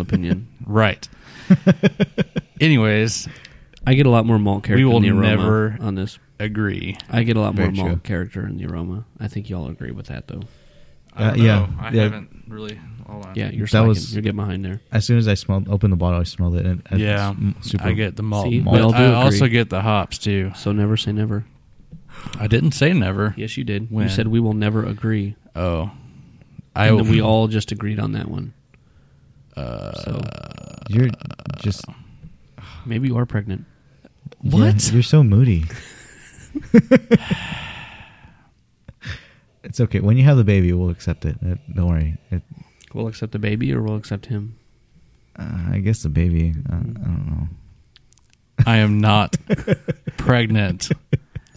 [laughs]
opinion.
right? Anyways,
I get a lot more malt character.
will
in the aroma
never-
on this.
agree.
I get a lot more
Very true.
malt character in the aroma. I think y'all agree with that though.
I don't
Uh, yeah,
know. I
yeah.
haven't really. Hold on.
Yeah, you're
That
slacking.
was-
you're getting behind there.
[laughs] as soon as I smelled, opened the bottle, I smelled it. And, and
yeah.
it's m- super.
I get the malt.
See,
but
we all do
I
agree.
also get the hops too.
So never say never.
I didn't say never.
Yes, you did.
When?
You said we will never agree.
Oh, I.
And
[laughs]
then we all just agreed on that one.
Uh,
So
You're just
maybe you are pregnant.
Yeah,
What? [laughs]
you're so moody. it's okay. When you have the baby, we'll accept it. Uh, Don't worry. It,
We'll accept the baby or we'll accept him.
uh, I guess the baby. Uh, I don't know.
I am [laughs] not pregnant.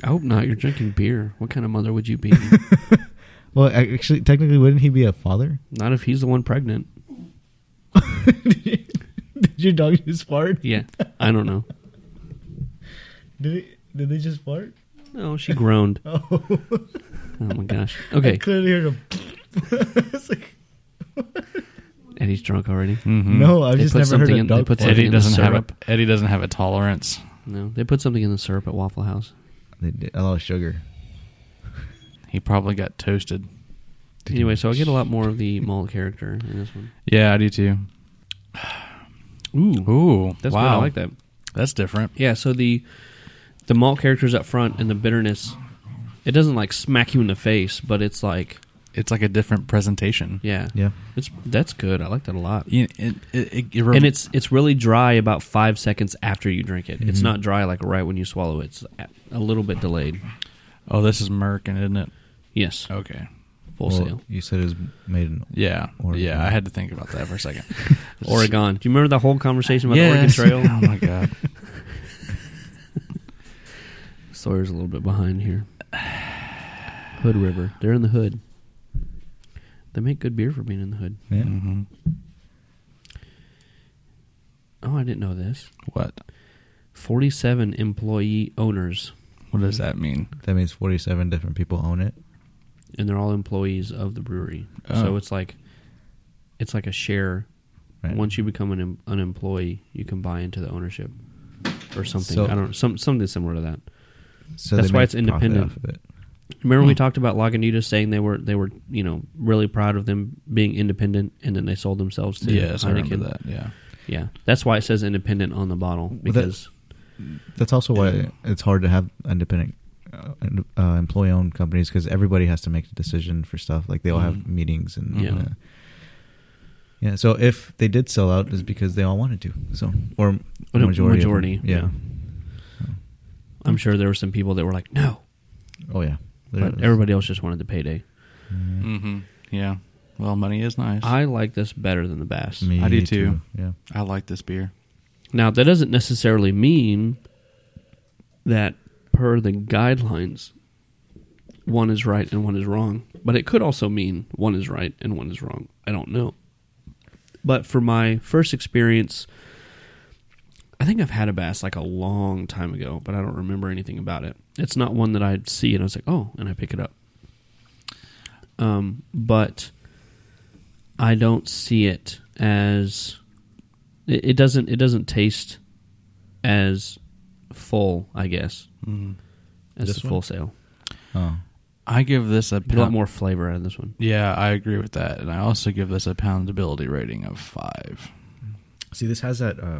I hope not. You're drinking beer. What kind of mother would you be?
Well, ac- actually, technically, wouldn't he be
[laughs]
a father?
not if he's the one pregnant.
Did your dog just fart?
Yeah. I don't know.
Did it? Did they just fart? [laughs]
No, she groaned. oh
Oh,
my gosh.
I
Okay,
couldn't hear them. [laughs] It's like,
Eddie's drunk already.
Hmm.
no, I've
Mm. They
just
put
never heard
something
a
in- they
dog
put
fart.
something-
Mm-hmm. Eddie
in the
doesn't have a
syrup.
Eddie doesn't have a tolerance.
No, they put something in the syrup at Waffle House.
They did a lot of sugar.
He probably got toasted.
Anyway, so I get a lot more of the malt character in this one.
Yeah, I do too.
Ooh,
Ooh,
that's
wow,
good. I like that.
That's different.
Yeah, so the the malt character's up front and the bitterness. It doesn't like smack you in the face, but it's like
It's like a different presentation.
yeah,
Yeah.
It's that's good. I like that a lot.
You- it- it- it- it rem-
And it's it's really dry about five seconds after you drink it. It's not dry like right when you swallow it. It's a- a little bit delayed.
oh, this is Merkin, isn't it?
Yes,
Okay.
full
Well,
sale.
you said it was made in.
Yeah,
Oregon.
yeah. I had to think about that for a [laughs] second.
Oregon. Do you remember the whole conversation about
Yes.
the [laughs] Oregon
[laughs]
Trail?
Oh my god.
Sawyer's a little bit behind here. [sighs] Hood River. They're in the hood. They make good beer for being in the hood.
Yeah.
hmm
Oh, I didn't know this.
What?
47 employee owners,
What does that mean?
That means 47 different people own it.
and they're all employees of the brewery.
Oh.
So it's like it's like a share.
Right.
Once you become an em- an employee, you can buy into the ownership or something.
So-
I don't some something similar to that.
so
that's
they
why
make
it's independent.
profit Off of it.
Remember
Hmm.
we talked about Lagunitas saying they were they were you know really proud of them being independent, and then they sold themselves to
yes, I remember
Heineken?
that. Yeah.
Yeah, that's why it says independent on the bottle because
That's also why it's hard to have independent uh, ind- uh, employee-owned companies because everybody has to make a decision for stuff. Like they all have
Mhm.
meetings and
Mm-hmm. Yeah.
uh, yeah. So if they did sell out, is because they all wanted to. So or
But a
majority, of them.
majority,
Yeah.
I'm sure there were some people that were like no,
Oh yeah. There it
but
is.
everybody else just wanted the payday.
Mm-hmm. Yeah. Well, money is nice. I,
I like this better than the Bass.
Me
I do too.
Yeah.
like this beer.
Now that doesn't necessarily mean that per the guidelines, one is right and one is wrong. But it could also mean one is right and one is wrong. I don't know. But for my first experience, I think I've had a bass like a long time ago, but I don't remember anything about it. It's not one that I see and I was like, oh, and I pick it up. Um, but I don't see it as it, it doesn't it doesn't taste as full, I guess,
Mm.
as
This
the
one?
full sale.
Oh.
I give this a
A lot
pound.
more flavor out of this one.
Yeah, I agree with that, and I also give this a poundability rating of five.
See, this has that uh,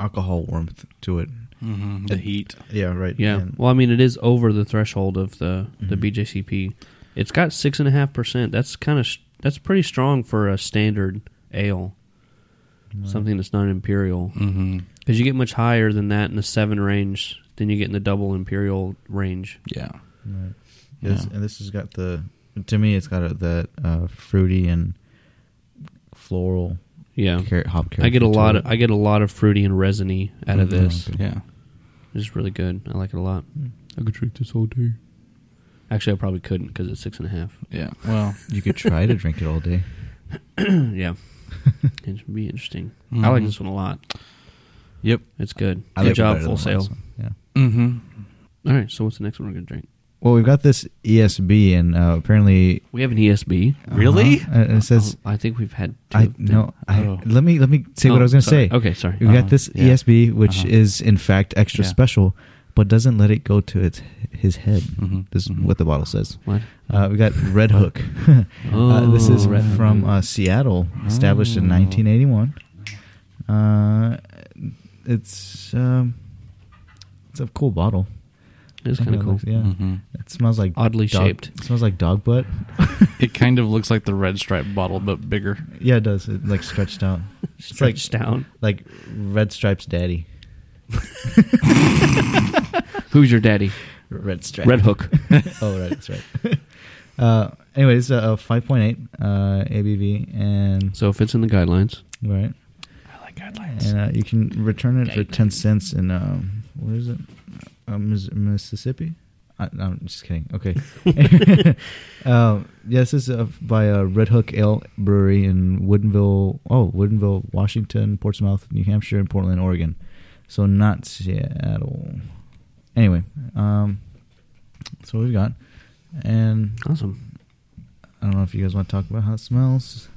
alcohol warmth to it.
Mm-hmm. The heat.
Yeah. Right.
Yeah.
And- Mhm.
Well, I mean, it is over the threshold of the the BJCP. It's got six and a half percent. That's kind of that's pretty strong for a standard ale, something that's not imperial.
Mm-hmm.
Because you get much higher than that in the seven range than you get in the double imperial range.
Yeah.
Right. This,
Yeah.
And this has got the, to me, it's got a, that uh, fruity and floral
Yeah.
car- hop character.
I get a
to
lot
it.
of I get a lot of fruity and resiny out of
Mhm.
this.
Okay.
Yeah.
It's really good. I like it a lot. I could drink this all day. Actually, I probably couldn't because it's six and a
[clears throat]
half.
Yeah. Well.
You could try to drink it all day. [laughs]
yeah, it'd be interesting. I like
Mhm.
this one a lot.
Yep.
It's [laughs] good.
Mm-hmm. I
good
like it
job,
better
full
than the last
sale.
one. Yeah.
Mm-hmm.
All right, so what's the next one we're gonna drink?
Well, we've got this ESB, and uh, apparently,
We have an E ESB.
Really?
Uh-huh. Uh, it says,
Oh, I think we've had. Two
I
of them.
no. I,
Oh.
Let me let me say
Oh,
what I was going to
sorry.
say.
Okay, sorry.
We've
Uh-huh.
got this
Yeah.
ESB, which
Uh-huh.
is in fact extra
Yeah.
special, but doesn't let it go to its his head.
Mm-hmm.
Mhm.
This is
Mhm.
what the bottle says.
What?
Uh, we got Red Hook. [laughs] uh, this is
Oh, Red Hook.
from uh, Seattle, established in
Oh.
1981. Uh, it's um, it's a cool bottle.
It's
I
kind of
think it
cool. Mm-hmm.
looks- yeah,
Mhm.
it smells like
Oddly
dog-
shaped.
It smells like dog
[laughs]
butt.
It kind of looks like the red stripe bottle, but bigger.
[laughs] yeah, it does. It like stretched out.
[laughs]
It's like-
Stretched down.
like Red Stripes Daddy.
[laughs] Who's your daddy?
Red Stripe.
Red Hook.
[laughs] oh, right, that's right. [laughs] uh, anyway, it's a, a 5.8 uh, ABV, and
So if it's in the guidelines,
right,
I like
and uh, you can return it for 10 cents in um, what is it, uh, Mis- Mississippi? I, I'm just kidding. Okay. [laughs] um, yeah, this is uh, by uh, Red Hook Ale Brewery in Woodinville. Oh, Woodinville, Washington, Portsmouth, New Hampshire, and Portland, Oregon. So not Seattle. Anyway, um, that's what we've got. And
Awesome.
I don't know if you guys want to talk about how it smells.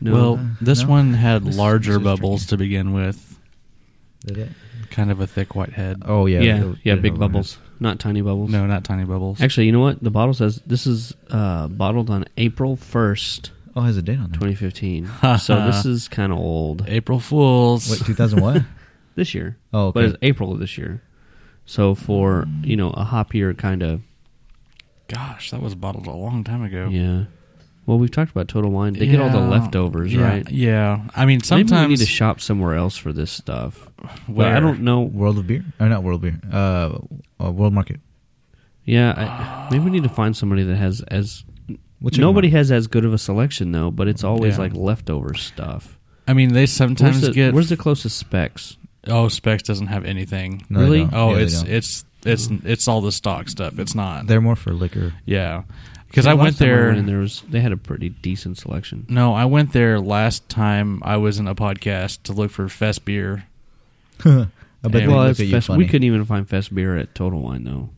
No,
well,
uh,
this
no.
one had
This-
larger
this is
bubbles to begin with,
Did it?
kind of a thick white head.
Oh yeah,
yeah, yeah,
it- it-
big bubbles, not tiny bubbles.
No, not tiny bubbles.
Actually, you know what? The bottle says this is uh, bottled on April first,
Oh, it has a date on there.
twenty fifteen. so
[laughs]
this
Uh.
is kind of old
April Fools.
Wait, two thousand
[laughs]
what?
this year.
Oh, okay.
but it's April of this year. So for you know a hoppier kind of
Gosh, that was bottled a long time ago.
yeah. Well, we've talked about Total Wine. They get all the
Yeah.
leftovers,
Yeah,
right?
Yeah. I mean,
Maybe we
sometimes
need to shop somewhere else for this stuff. But
where-
I don't know.
Oh, World of Beer, or not World Beer? Uh, uh, World Market.
Yeah,
[sighs]
I, maybe we need to find somebody that has as
We'll check 'em
nobody
out.
has as good of a selection though. But it's always
Yeah.
like leftover stuff.
I mean, they sometimes
where's, the,
get.
where's the closest specs?
oh, Specs doesn't have anything.
No, they
really?
don't.
Oh,
Yeah, they
it's
don't.
it's it's it's all the stock stuff. It's
[laughs]
not.
They're more for liquor.
yeah, because I
Last
went
time
there.
and there was they had a pretty decent selection.
no, I went there last time I was in a podcast to look for Fest beer.
[laughs] I bet
Hey,
they
well,
look
it's
at you
Fest-
funny.
we couldn't even find Fest beer at Total Wine though.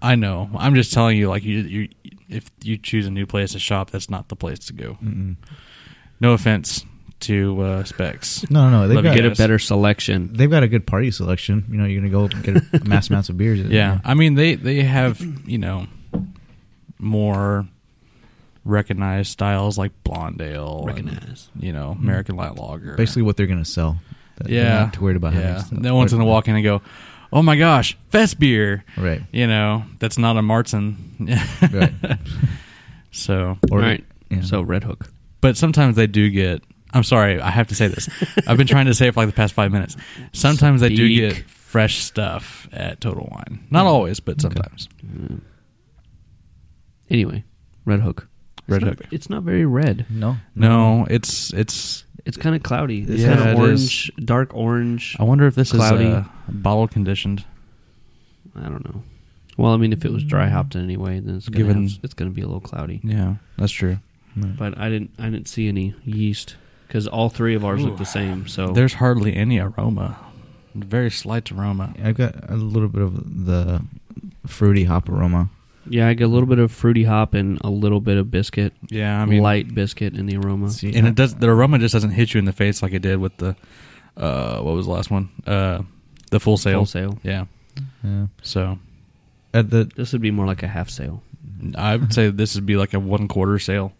I know. I'm just telling you, like you, you, if you choose a new place to shop, that's not the place to go.
Mm-mm.
No offense to uh, Specs.
No, no, no,
Let
they've
me
got
Get a
Yes.
better selection.
they've got a good party selection. You know, you're gonna go get [laughs] a mass amounts of beers.
Yeah, I mean they they have you know more recognized styles like Blonde Ale, and,
Recognize.
you know American Light Lager.
Mm-hmm. basically what they're gonna sell. They're
yeah,
not too worried about
yeah.
having stuff.
No one's gonna walk in and go, "Oh my gosh, Fest beer!"
right,
You know that's not a Martin.
right.
[laughs] so,
Or-
All right.
yeah.
So Red Hook.
but sometimes they do get. I'm sorry, I have to say this. I've been trying to say it for like the past five minutes. Sometimes they do
Speak.
get fresh stuff at Total Wine. Not
Mm.
always, but sometimes.
Anyway, Red Hook.
Red
it's
Hook.
Not, it's not very red.
no,
No, it's it's
It's kind of cloudy. It's
Yeah,
kind
it
of orange, dark orange.
I wonder if this
Cloudy.
is uh, bottle conditioned.
I don't know. Well, I mean, if it was dry hopped anyway, then it's gonna
Given-
have- it's going to be a little cloudy.
Yeah, that's true.
But I didn't I didn't see any yeast because all three of ours look the same. So
There's hardly any aroma. Very slight aroma.
I've got a little bit of the fruity hop aroma.
yeah, I get a little bit of fruity hop and a little bit of biscuit.
Yeah, I mean,
light biscuit in the aroma.
See,
and it does. The aroma just doesn't hit you in the face like it did with the, uh, what was the last one? Uh, the full sale.
Full sale.
Yeah.
yeah.
So
At the
This would be more like a half sale.
I would say this would be like a one quarter sale.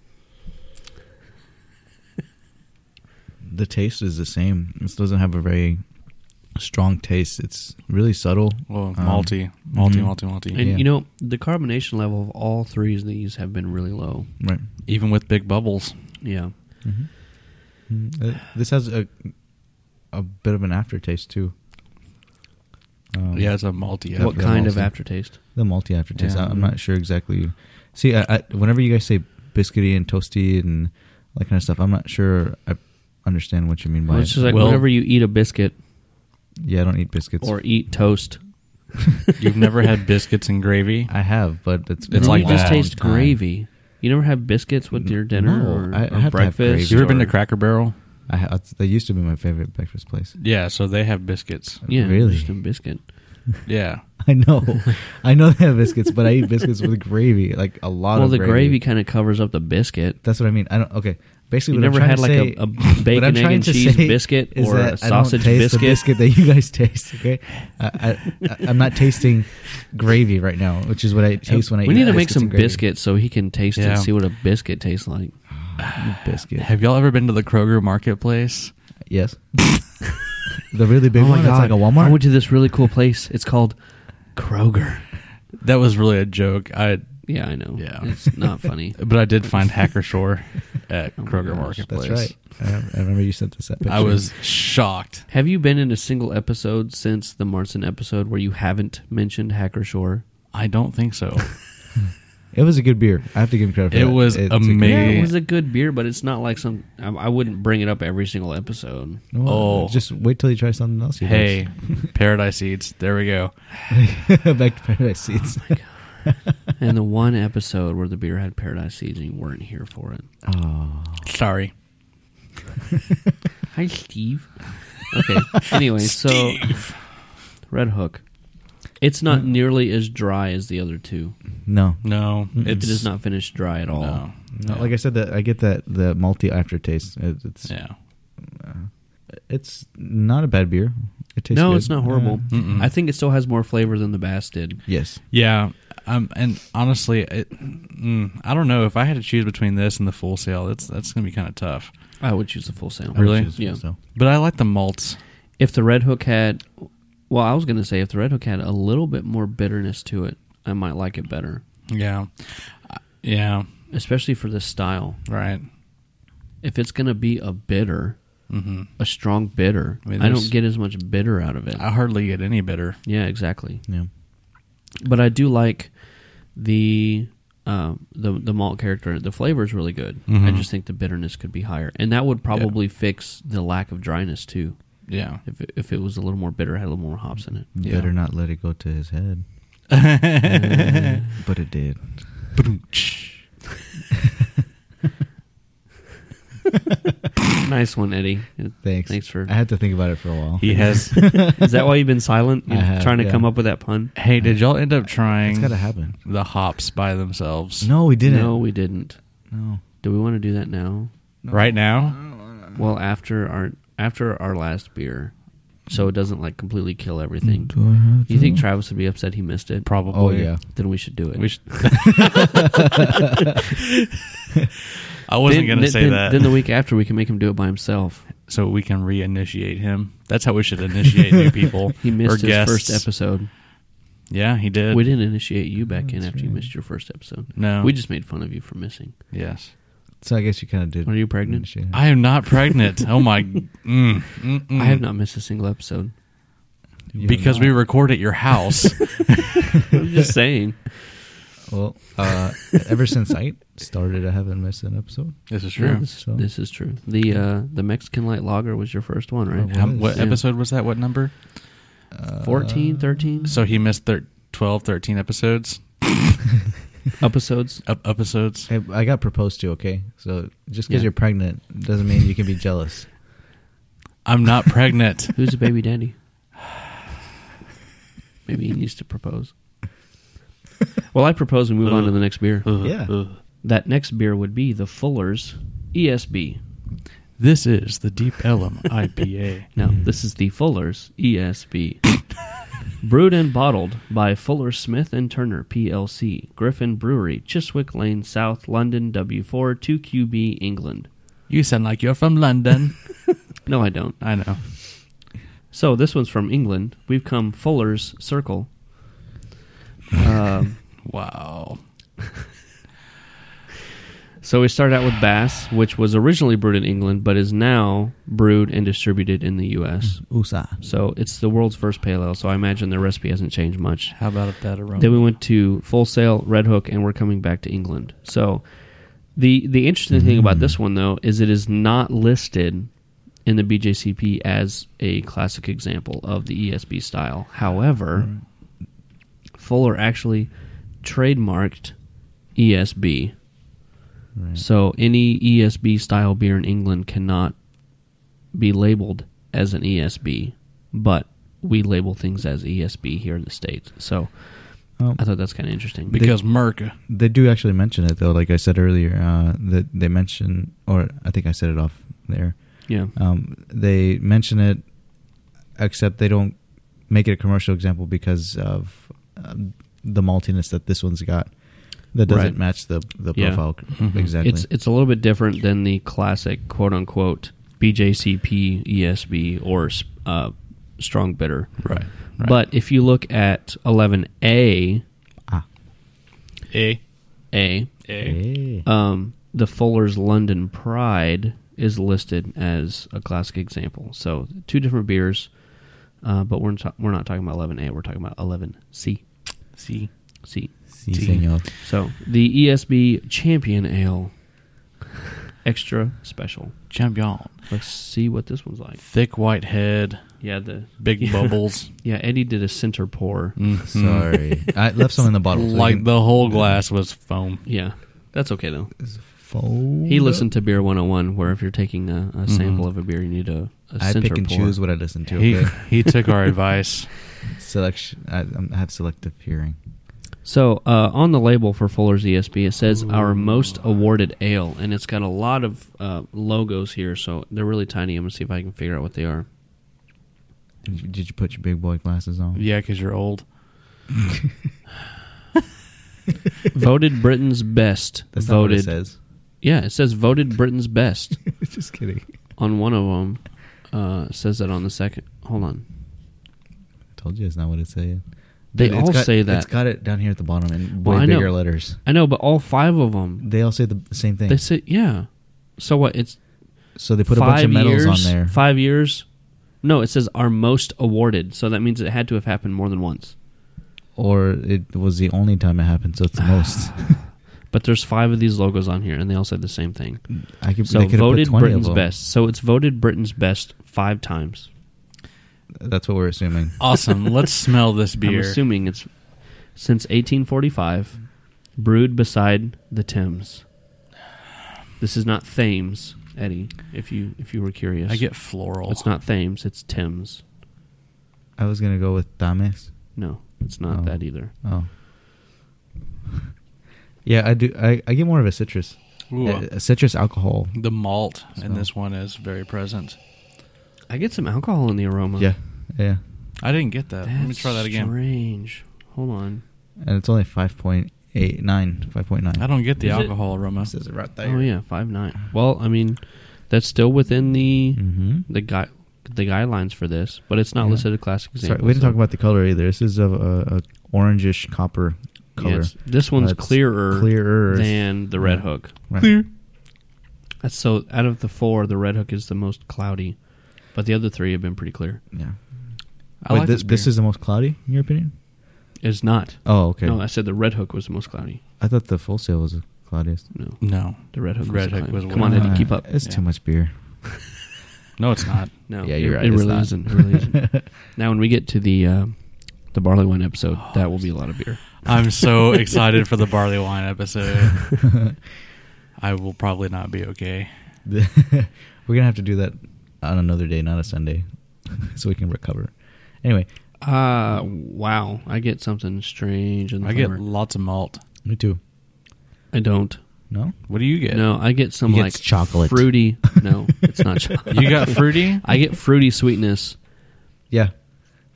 the taste is the same. This doesn't have a very strong taste. It's really subtle.
Well,
Um,
malty, malty,
mhm.
malty, malty.
And
Yeah.
you know, the carbonation level of all three of these have been really low.
Right.
Even with big bubbles.
Yeah.
Mm, uh, This has a a bit of an aftertaste too. Um,
Yeah, it's a malty.
Yeah,
what
yeah,
kind of
malty.
aftertaste?
the multi aftertaste.
Yeah.
I
mm-hmm.
I'm not sure exactly. See, I, I, whenever you guys say biscuity and toasty and that kind of stuff, I'm not sure I understand what you mean by
Well, it's
it.
just like
Well-
whenever you eat a biscuit
yeah, I don't eat biscuits.
or eat toast,
[laughs] You've never had biscuits and [laughs] gravy.
I have, but it's
It's
a
like
you just
that.
long
taste
time.
gravy. You never have biscuits with your dinner
No,
or,
I- I
or
have to have
breakfast.
gravy.
You ever been to
or-
Cracker Barrel?
I, ha- that's- they used to be my favorite breakfast
[laughs]
place.
Yeah, so they have biscuits.
Yeah,
Really?
just a biscuit.
Yeah.
[laughs] I know, I know they have biscuits, but I eat biscuits with gravy, like a lot
Well,
of
the
gravy.
gravy, kind of covers up the biscuit.
That's what I mean. I don't. Okay, basically,
You
what
never
I'm
had
trying
like
to
a,
say-
a
[laughs] what
bacon,
I'm
egg,
trying
and
to
cheese
say
biscuit
is
or
that
a
I don't
sausage
taste the biscuit
biscuit.
that you guys [laughs] taste. Okay, I, I, I, am not tasting gravy right now, which is what I taste when I.
we
eat
need to make
biscuits
some
and gravy. [sighs]
biscuits so he can taste it
Yeah.
and see what a biscuit tastes like.
Biscuit.
Have y'all ever been to the Kroger marketplace?
Yes. the really big one. That's like a Walmart.
Oh I went to this really cool place. It's called Kroger.
That was really a joke. I
Yeah, I know.
Yeah.
It's
[laughs]
not funny.
but I did find Hacker [laughs] Shore at
Oh my
Kroger
gosh,
Marketplace.
That's right. I, I remember you sent this up.
I was shocked.
Have you been in a single episode since the Martin episode where you haven't mentioned Hacker Shore?
I don't think [laughs] so.
It was a good beer. I have to give him credit. for
It
that.
was
a good-
amazing.
Yeah,
Yeah.
it was a good beer, but it's not like some. I, I wouldn't bring it up every single
[laughs]
episode.
Well,
Oh.
just wait till you try something else. you
hey, [laughs] Paradise Seeds. There we go.
guys. [laughs] back to paradise
Oh
seats.
and the one episode where the beer had paradise seeds and you weren't here for it.
[laughs] Oh.
Sorry.
Hi, Steve. Okay. Anyway, so Red Hook. It's
Mm.
not nearly as dry as the other two.
No,
No,
It
it's
is not finished dry at all.
No,
No, like I said, that I get that the malty aftertaste. It, it's
yeah.
it's not a bad beer. It tastes
No,
good.
it's not horrible.
Uh,
Mm. Mm-mm.
I think it still has more flavor than the Bass did.
yes,
Yeah, um, and honestly, it, mm, I don't know if I had to choose between this and the full sale. That's that's gonna be kind of tough.
I would choose the full sale.
I would
Really?
choose
Yeah.
So.
But I like the malts.
If the Red Hook had, well, I was going to say if the Red Hook had a little bit more bitterness to it, I might like it better,
Yeah, Uh, yeah,
especially for this style.
right.
If it's going to be a bitter,
hmm
a strong bitter,
I
I,
mean,
don't
there's-
get as much bitter out of it.
I hardly get any bitter.
yeah, exactly.
Yeah.
But I do like the uh, the the malt character. The flavor is really good. I
Mhm.
just think the bitterness could be higher, and that would probably fix the lack of dryness too. [laughs]
Yeah,
If it, if it was a little more bitter, had a little more
[laughs]
hops in it.
Yeah.
Better not let it go to his
[laughs]
head. but it did.
nice one, Eddie.
Thanks.
Thanks for.
I had to think about it for a while. [laughs]
he has.
Is that why you've been silent?
I have,
trying to
yeah.
come up with that pun?
hey, did y'all end up
It's
trying
got to happen.
the hops by themselves?
No, we didn't.
No, we didn't.
No.
Do we want to do that now?
Right now,
Well, after our after our last beer, so it doesn't like completely kill everything.
Do I have
You think
to?
Travis would be upset he missed it?
probably.
Mm. Oh yeah.
Then we should do it.
We
[laughs]
should. I wasn't
Then-
going to say
then,
that.
Then the week after, we can make him do it by himself.
so we can reinitiate him. That's how we should initiate
[laughs]
new people.
He
or
missed his
guests.
first episode.
Yeah, he did.
we didn't initiate you back in
That's
after you
right.
missed your first episode.
No.
We just made fun of you for missing.
Yes.
So I guess you kind of did.
Are you pregnant?
Shit.
I am not pregnant. oh
[laughs]
my. Mm, mm, mm.
I have not missed a single episode.
You are
Because
not.
we record at your house.
[laughs]
I'm just saying.
Well, uh, ever since I started, I haven't missed an episode.
this is
Yeah,
true.
[laughs] this,
So-
this is true. The uh, the Mexican Light Lager was your first one, right?
Yeah.
How, Um, what
Yeah.
episode was that? What number?
Uh,
14, 13
So he missed thir- 12, 13 episodes.
[laughs] episodes.
Ep- episodes.
Hey, I got proposed to, okay? So just because
Yeah.
you're pregnant doesn't mean you can be
[laughs]
jealous.
I'm not pregnant. [laughs]
Who's the baby daddy? [sighs] Maybe he needs to
[laughs]
propose. Well, I propose we move on to the next beer.
Uh,
yeah.
That next beer would be the Fuller's E ESB.
This is the Deep Elm IPA.
Now, this is the Fuller's ESB. [coughs] Brewed and bottled by Fuller Smith and Turner PLC, Griffin Brewery, Chiswick Lane, South London, W4 2QB, England.
You sound like you're from London.
No, I don't.
I know.
So this one's from England. We've come Fuller's Circle. Um,
Wow.
[laughs] so we start out with Bass, which was originally brewed in England, but is now brewed and distributed in the U.S.
USA.
So it's the world's first pale ale. So I imagine the recipe hasn't changed much.
How about that aroma?
Then we went to Full Sail, Red Hook, and we're coming back to England. So the the interesting thing about this one though is it is not listed in the BJCP as a classic example of the ESB style. However, Fuller actually trademarked ESB.
Right.
So any ESB style beer in England cannot be labeled as an ESB, but we label things as ESB here in the states. So
Um,
I thought that's kind of interesting.
because Merca.
They do actually mention it though, like I said earlier, uh, that they mention, or I think I said it off there.
yeah.
Um, they mention it, except they don't make it a commercial example because of uh, the maltiness that this one's got. That doesn't
Right.
match the the
Yeah. Mm-hmm.
profile
Mhm.
exactly.
It's it's a little bit different than the classic quote unquote BJCP ESB E or uh, strong bitter.
Right.
But if you look at 11A,
ah,
A.
A,
A.
Hey.
um, the Fuller's London Pride is listed as a classic example. So two different beers, uh, but we're ta- we're not talking about 11A. We're talking about 11C.
C.
C.
Si,
tea.
senor.
So the ESB Champion Ale, extra special.
Champion.
Let's see what this one's like.
Thick white head.
Yeah, the
Big
[laughs] yeah.
bubbles. Mm-hmm.
Yeah, Eddie did a center pour.
Mm.
[laughs]
Sorry, I left some in the bottle. so we
like
can-
the whole glass was foam.
Yeah, that's okay though.
Fold
He
up.
listened to Beer 101, where if you're taking a, a sample of a beer, you need a, a
Mm-hmm. I
center
pick and
pour. [laughs]
choose what I listen to.
He
Okay?
he took our advice.
Selection. I, I'm- I have selective hearing.
So uh, on the label for Fuller's ESB, it says our most awarded ale, and it's got a lot of uh, logos here. So they're really tiny. I'm gonna see if I can figure out what
[laughs]
they are.
Did you, did you put your big boy glasses on?
Yeah, because you're old.
voted Britain's best.
That's not what
voted.
it
[laughs]
says.
Yeah, it says voted Britain's best
Just kidding.
on one of them. Uh, it says that on the second. Hold on.
I told you it's not what it said.
They
Dude, it's
all
got-
say that.
It's got it down here at the bottom in way
Well, I know.
bigger letters.
I know, but all five of them.
They all say the same thing.
They say yeah. So what? It's
so they put a
five
bunch of medals
years,
on there.
Five years. No, it says our most awarded. So that means it had to have happened more than once.
or it was the only time it happened, so it's
[sighs]
the most.
But there's five of these logos on here, and they all said the same thing.
I could,
So
they could
voted
have put 20
Britain's
of them.
best. So it's voted Britain's best five times.
That's what we're assuming.
Awesome. Let's smell this beer.
I'm assuming it's since 1845, brewed beside the Thames. This is not Thames, Eddie. If you if you were curious,
I get floral.
it's not Thames. It's Thames.
I was gonna go with Dames.
No, it's not
Oh.
that either.
Oh, yeah, I do. I, I get more of a citrus,
Ooh,
a, a citrus alcohol.
the malt in
Smell.
this one is very present.
I get some alcohol in the aroma.
Yeah, yeah,
I didn't get that. Let me
That's
try that again.
Strange. Hold on.
and it's only five point eight nine, five point nine.
I don't get the
Is it-
alcohol aroma.
This is it right
Oh yeah, five nine. Well, I mean, that's still within the
Mm-hmm.
the guy the guidelines for this, but it's not
Yeah.
listed as a classic example.
Sorry, we didn't
so-
talk about the color either. This is a, a, a orangish copper
Yeah,
color.
it's- this one's
Uh, it's
clearer,
clearer.
than the Red
Yeah.
Hook.
Right.
That's so out of the four, the Red Hook is the most cloudy, but the other three have been pretty clear.
Yeah.
I
Wait,
like
thi-
this.
this
beer.
is the most cloudy in your opinion?
It's not.
Oh, okay.
No, I said the Red Hook was the most cloudy.
I thought the full sail was the cloudiest.
No,
no,
the Red Hook. was
Red
the
Hook
cloudy.
was
Come
what-
on, Eddie,
Uh,
keep up.
It's
Yeah.
too much beer.
no, it's not.
No,
Yeah, you're
it,
right,
It
it's
really
not.
isn't. It really
[laughs]
isn't. now, when we get to the uh, the barley wine episode, that will be a lot of beer.
I'm
[laughs]
so excited for the barley wine episode.
[laughs]
I will probably not be okay.
We're gonna have to do that on another day, not a Sunday, [laughs] so we can recover. Anyway,
Uh wow! I get something strange in the
I get
flavor.
lots of malt.
me too.
I don't.
No,
What do you get?
No, I get some
He
like
gets chocolate.
fruity. No, it's not chocolate.
You
[laughs]
got fruity?
I get fruity sweetness.
yeah.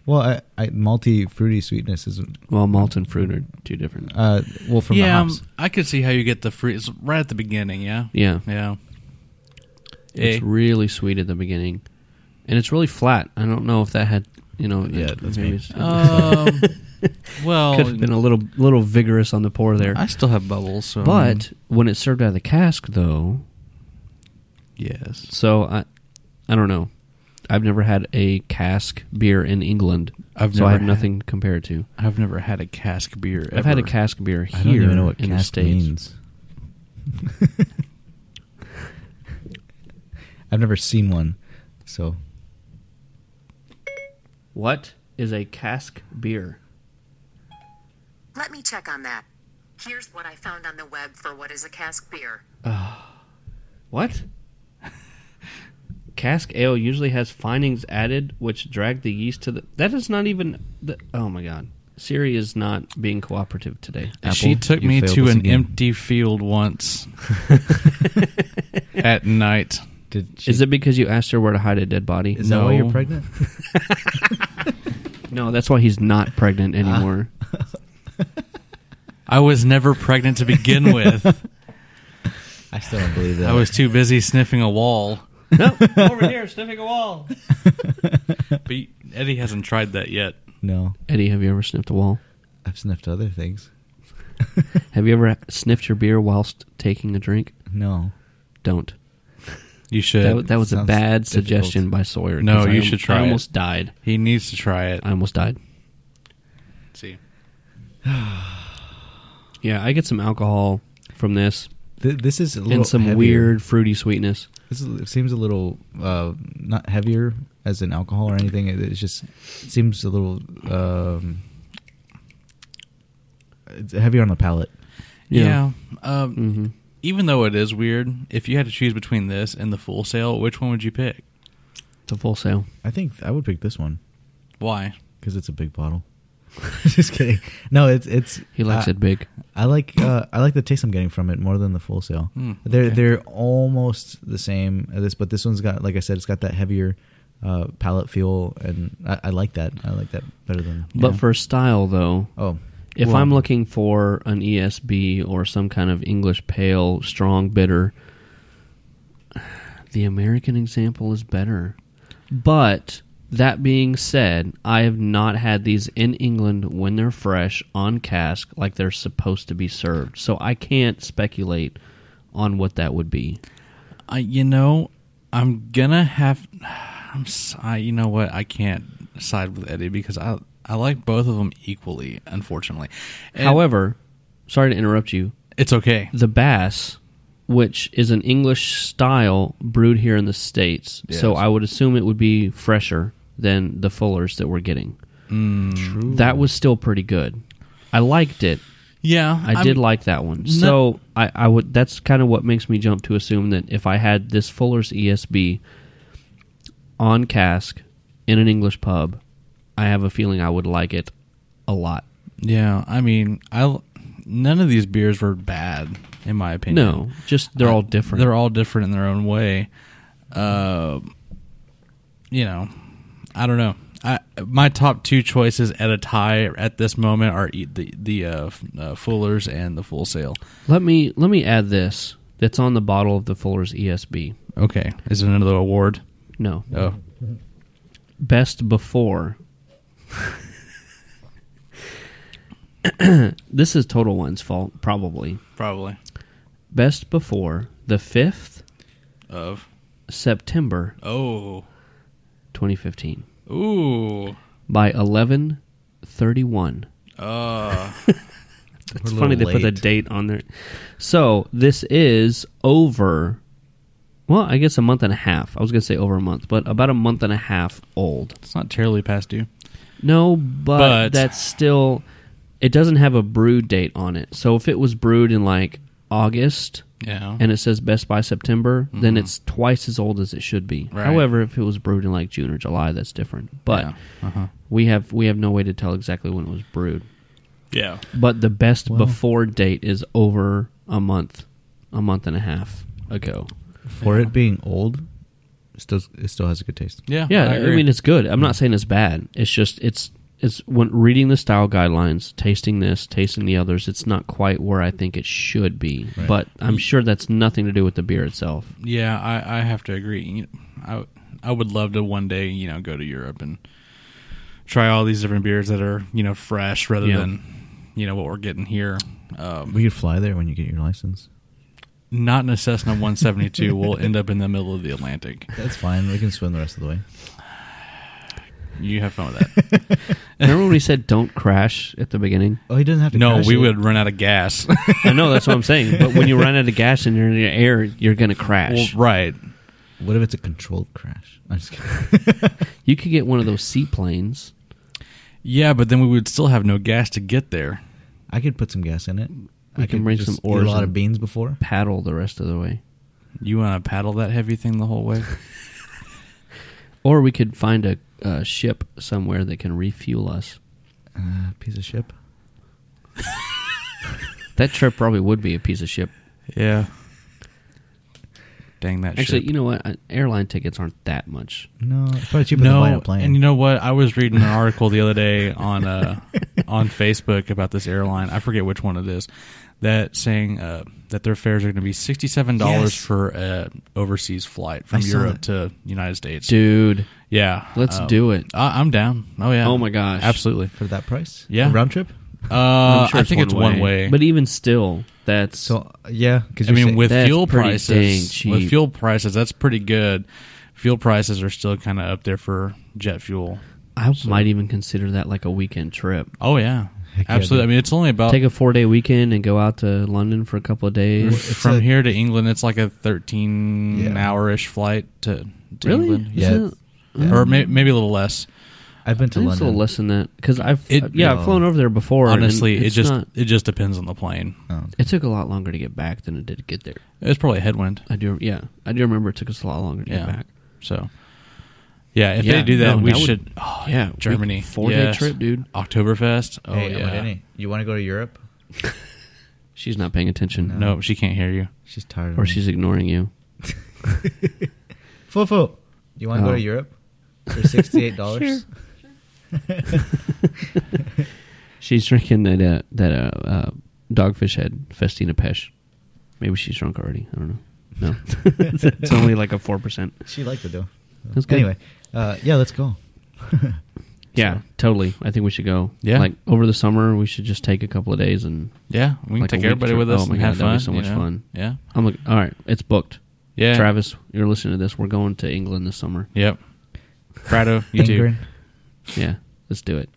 Well, I, I malty fruity sweetness is
Well, malt and fruit are two different.
uh well from
yeah,
the
um,
hops.
I could see how you get the fruit. It's right at the beginning, yeah?
Yeah,
Yeah. Eh.
it's really sweet at the beginning, and it's really flat. I don't know if that had you know.
Yeah,
it-
that's me.
maybe it's- [laughs]
Um, well,
could have been a little little vigorous on the pour there.
I still have bubbles, so
but when it's served out of the cask, though,
yes,
so I, I don't know. I've never had a cask beer in England,
I've
so I have
never had-
nothing to compare it to.
I've never had a cask beer.
I've had a
ever.
cask beer
I don't
here
even know what
in the
cask
states.
means. [laughs] I've never seen one, so
What is a cask beer?
Let me check on that. Here's what I found on the web for what is a cask beer.
What? Cask ale usually has findings added which drag the yeast to the. That is not even. The, oh my god. Siri is not being cooperative today.
she
Apple,
took
you
me
failed
to
us
an
again.
empty field
[laughs]
once at night.
did she,
Is it because you asked her where to hide a dead body?
is that why you're
No. [laughs]
pregnant?
No, that's why he's not pregnant anymore.
I was never pregnant to begin with.
I still don't believe that.
I was too busy sniffing a wall.
Over here, sniffing a wall.
But Eddie hasn't tried that yet.
[laughs] no,
Eddie, have you ever sniffed a wall?
I've sniffed other things. [laughs]
Have you ever sniffed your beer whilst taking a drink?
No,
Don't.
You should.
That, that was a
sounds
bad
difficult.
suggestion by Sawyer. 'cause
No,
I
you
al-
should try
I
it.
almost died.
he needs to try it.
I almost died.
See,
Yeah, I get some alcohol from this
Th- this is a little
and some
heavier.
weird fruity sweetness.
This is, it seems a little uh, not heavier as in alcohol or anything. It, it's just it seems a little um, it's heavier on the palate.
yeah. Um,
Mm-hmm.
Even though it is weird, if you had to choose between this and the full sale, which one would you pick?
It's a full sale.
I think I would pick this one
Why?
because it's a big bottle. [laughs] Just kidding. No, it's it's.
He likes
I,
it big.
I like uh, I like the taste I'm getting from it more than the full sale.
Hmm,
Mm,
they're
okay.
they're almost the same as this, but this one's got like I said, it's got that heavier uh, palate feel, and I, I like that. I like that better than.
But for style, though,
Oh,
if
well,
I'm looking for an ESB or some kind of English pale, strong bitter, the American example is better. But that being said, I have not had these in England when they're fresh on cask like they're supposed to be served. So I can't speculate on what that would be.
I, you know, I'm gonna have. I'm. s- I, you know what? I can't side with Eddie because I. I like both of them equally. Unfortunately, And
However, sorry to interrupt you.
it's okay.
the Bass, which is an English style brewed here in the States. So
Yes.
I would assume it would be fresher than the Fullers that we're getting.
Mm.
That was still pretty good. I liked it.
Yeah,
I
I'm-
did like that one. so I, I would that's kind of what makes me jump to assume that if I had this Fuller's ESB on cask in an English pub, I have a feeling I would like it a lot.
Yeah, I mean, I. None of these beers were bad, in my opinion.
No, just they're all
I-
different.
They're all different in their own way. Uh, you know, I don't know. I my top two choices at a tie at this moment are e- the the uh, f- uh, Fullers and the Full Sail.
Let me let me add this. That's on the bottle of the Fuller's ESB.
Okay, is it another award?
No,
Oh,
best before. [coughs] this is Total One's fault, probably.
probably
Best before the fifth
of
September
oh
2015
ooh
by 11:31.
uh
It's
We're a
funny they
little
put the
late.
date on there. So this is over. Well, I guess a month and a half. I was gonna say over a month, but about a month and a half old.
it's not terribly past due.
No, but,
But-
that's still it doesn't have a brew date on it. So if it was brewed in like August
Yeah,
and it says best by September, then it's twice as old as it should be.
Mm-hmm. Right.
However, if it was brewed in like June or July, that's different. But
Yeah. Uh-huh.
we have we have no way to tell exactly when it was brewed.
yeah.
But the best before date is over a month, a month and a half ago.
for it being old, it still it still has a good taste.
[laughs] Yeah,
Yeah, I,
agree. Mm.
mean it's good. I'm not saying it's bad. It's just it's it's when reading the style guidelines, tasting this, tasting the others, it's not quite where I think it should be. But I'm sure that's nothing to do with the beer itself.
Yeah, I, I have to agree. You know, I I would love to one day, you know, go to Europe and try all these different beers that are you know fresh rather
Yeah.
than you know what we're getting here. Um,
We could fly there when you get your license.
not in a Cessna [laughs] 172. we'll end up in the middle of the Atlantic.
That's fine. We can swim the rest of the way.
You have fun with [laughs] that.
Remember when we said don't crash at the beginning?
Oh, he doesn't have to.
no,
crash
we
it.
would run out of gas.
I know that's what I'm saying. But when you run out of gas and you're in the air, you're gonna
[laughs] well,
crash.
right.
What if it's a controlled crash? I'm just kidding.
you could get one of those seaplanes.
Yeah, but then we would still have no gas to get there.
I could put some gas in it.
We
I
can
could
bring
just
some
eat
oars
a lot
and-
of beans before.
Paddle the rest of the way,
You want to paddle that heavy thing the
[laughs]
whole way?
or we could find a, a ship somewhere that can refuel us.
Uh, piece of ship.
That trip probably would be a piece of ship.
Yeah. Dang that!
Actually,
ship.
you know what? Uh, Airline tickets aren't that much.
No, it's probably cheaper than buying a plane.
And you know what? I was reading an article the other
[laughs]
day on uh, on Facebook about this airline. I forget which one it is. That saying uh, that their fares are going to be sixty seven dollars
Yes.
for an overseas flight from
I saw
Europe
that.
to United States.
Dude,
Yeah,
let's
Um,
do it.
I, I'm down. Oh yeah.
Oh my gosh.
Absolutely.
for that price.
Yeah.
A round trip.
Uh,
I'm sure
I think it's one way.
But even still, that's
So uh, yeah, because
I mean, with
That's
fuel
pretty
prices,
dang cheap.
with fuel prices, that's pretty good. Fuel prices are still kind of up there for jet fuel.
I might even consider that like a weekend trip.
Oh yeah,
yeah,
absolutely. I
dude.
mean, it's only about
Take a four day weekend and go out to London for a couple of days.
It's
from
a-
here to England, it's like a 13
Yeah.
hour ish flight to, to
Really?
England.
Yeah,
Isn't
it's-
it-
Or may, maybe a little less.
I've been
I
to
think it's a
London.
little less than that because I've uh,
It-
yeah I've
no.
flown over there before. and
Honestly, it
it's
just
not-
it just depends on the plane.
Oh.
it took a lot longer to get back than it did to get there.
It's probably a headwind.
I do yeah I do remember it took us a lot longer to
Yeah.
get back.
So Yeah, if
Yeah,
they do that,
no,
we
that would-
should. oh,
yeah, we-
Germany,
four-day
yes.
trip, dude.
Oktoberfest. Oh
hey,
yeah.
Amadini, you want to go to Europe?
She's not paying attention.
No, she can't hear you.
She's tired. Of
Or
me.
she's ignoring you.
[laughs] Fofo. You want to
Oh.
go to Europe for sixty-eight dollars?
She's drinking that uh, that uh, uh, dogfish head festina pesh. Maybe she's drunk already. I don't know.
[laughs]
No, it's only like a four percent.
[laughs] She liked it though.
That's good.
Anyway, uh, yeah, let's go.
Yeah, totally. I think we should go.
Yeah.
like over the summer, we should just take a couple of days, and
Yeah, we can
Like a
take
week
everybody
trip.
with us
Oh my
and
God,
have
that'd
fun.
be so
you
much
know?
fun.
Yeah,
I'm like, all right, it's booked.
yeah.
Travis, you're listening to this. We're going to England this summer.
Yep. Frado, you too.
Ingrid,
Yeah, let's do it.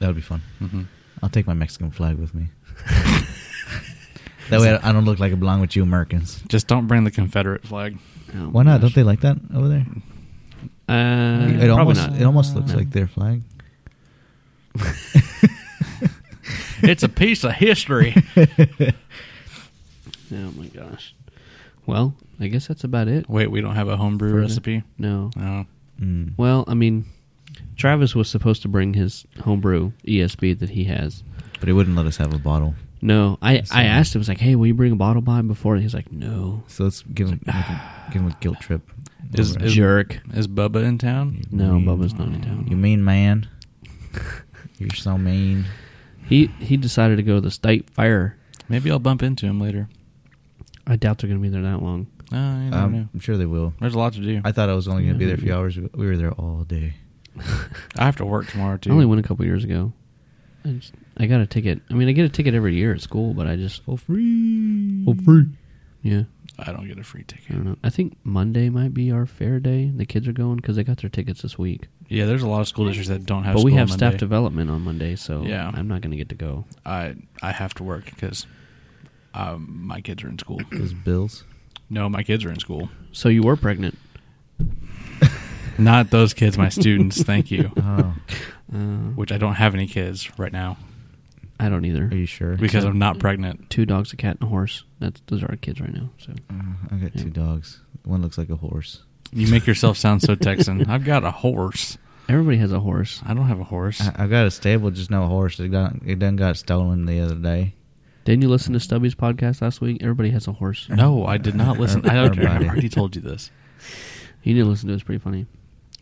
That would be fun.
Mm-hmm.
I'll take my Mexican flag with me.
[laughs]
that way, I I don't look like I belong with you Americans.
Just don't bring the Confederate
[laughs]
flag.
Oh,
Why not?
gosh.
Don't they like that over there?
Uh,
it
probably
almost
not.
it almost looks like their flag.
It's a piece of history.
Oh my gosh. Well, I guess that's about
[laughs]
it.
Wait, we don't have a homebrew
Further.
recipe. Oh.
No.
No.
[laughs] Mm.
Well, I mean, Travis was supposed to bring his homebrew ESB that he has.
But it wouldn't let us have a bottle.
No, I, I
all.
asked him. I was like, "Hey, will you bring a bottle by before?" And he's like, "No,
So let's give him, make him- give him a guilt trip.
Is-
Over.
is-
jerk.
Is Bubba in town?
No,
mean-
Bubba's not in town."
you mean man?
[laughs]
You're so mean.
He he decided to go to the state fair.
Maybe I'll bump into him later.
I doubt they're going to be there that [laughs] long.
Uh, you never know.
Um, I'm sure they will.
There's a lot to do.
I
I,
thought I was only going to be there a few hours. ago. We were there all day.
have to work tomorrow too.
I only went a couple years ago. I, just, I got a ticket. I mean, I get a ticket every year at school, but I just
For free.
yeah.
I don't get a free
I
ticket.
don't know. I think Monday might be our fair day. The kids are going because they got their tickets this week.
Yeah, there's a lot of school districts that don't have.
but we
school
have
Monday.
staff development on Monday, so
Yeah.
I'm not going to get to go.
I I have to work because um, my kids are in
[coughs]
school.
Those bills.
No, my kids are in school.
So you were pregnant.
Not those kids, my [laughs] students. Thank you.
Oh,
Uh,
Which I don't have any kids right now
I don't either.
are you sure?
because I'm not pregnant.
Two dogs, a cat, and a horse. That's those are our kids right now. So
Uh, I got two dogs. One looks like a horse.
You make yourself sound so Texan. I've got a horse.
everybody has a horse.
I don't have a horse.
I, I've got a stable, just no horse. It done, it done got stolen the other day.
Didn't you listen to Stubby's podcast last week? Everybody has a horse.
No, I did not listen. I
Everybody.
I already told you this.
You need to listen to. it. It's pretty funny.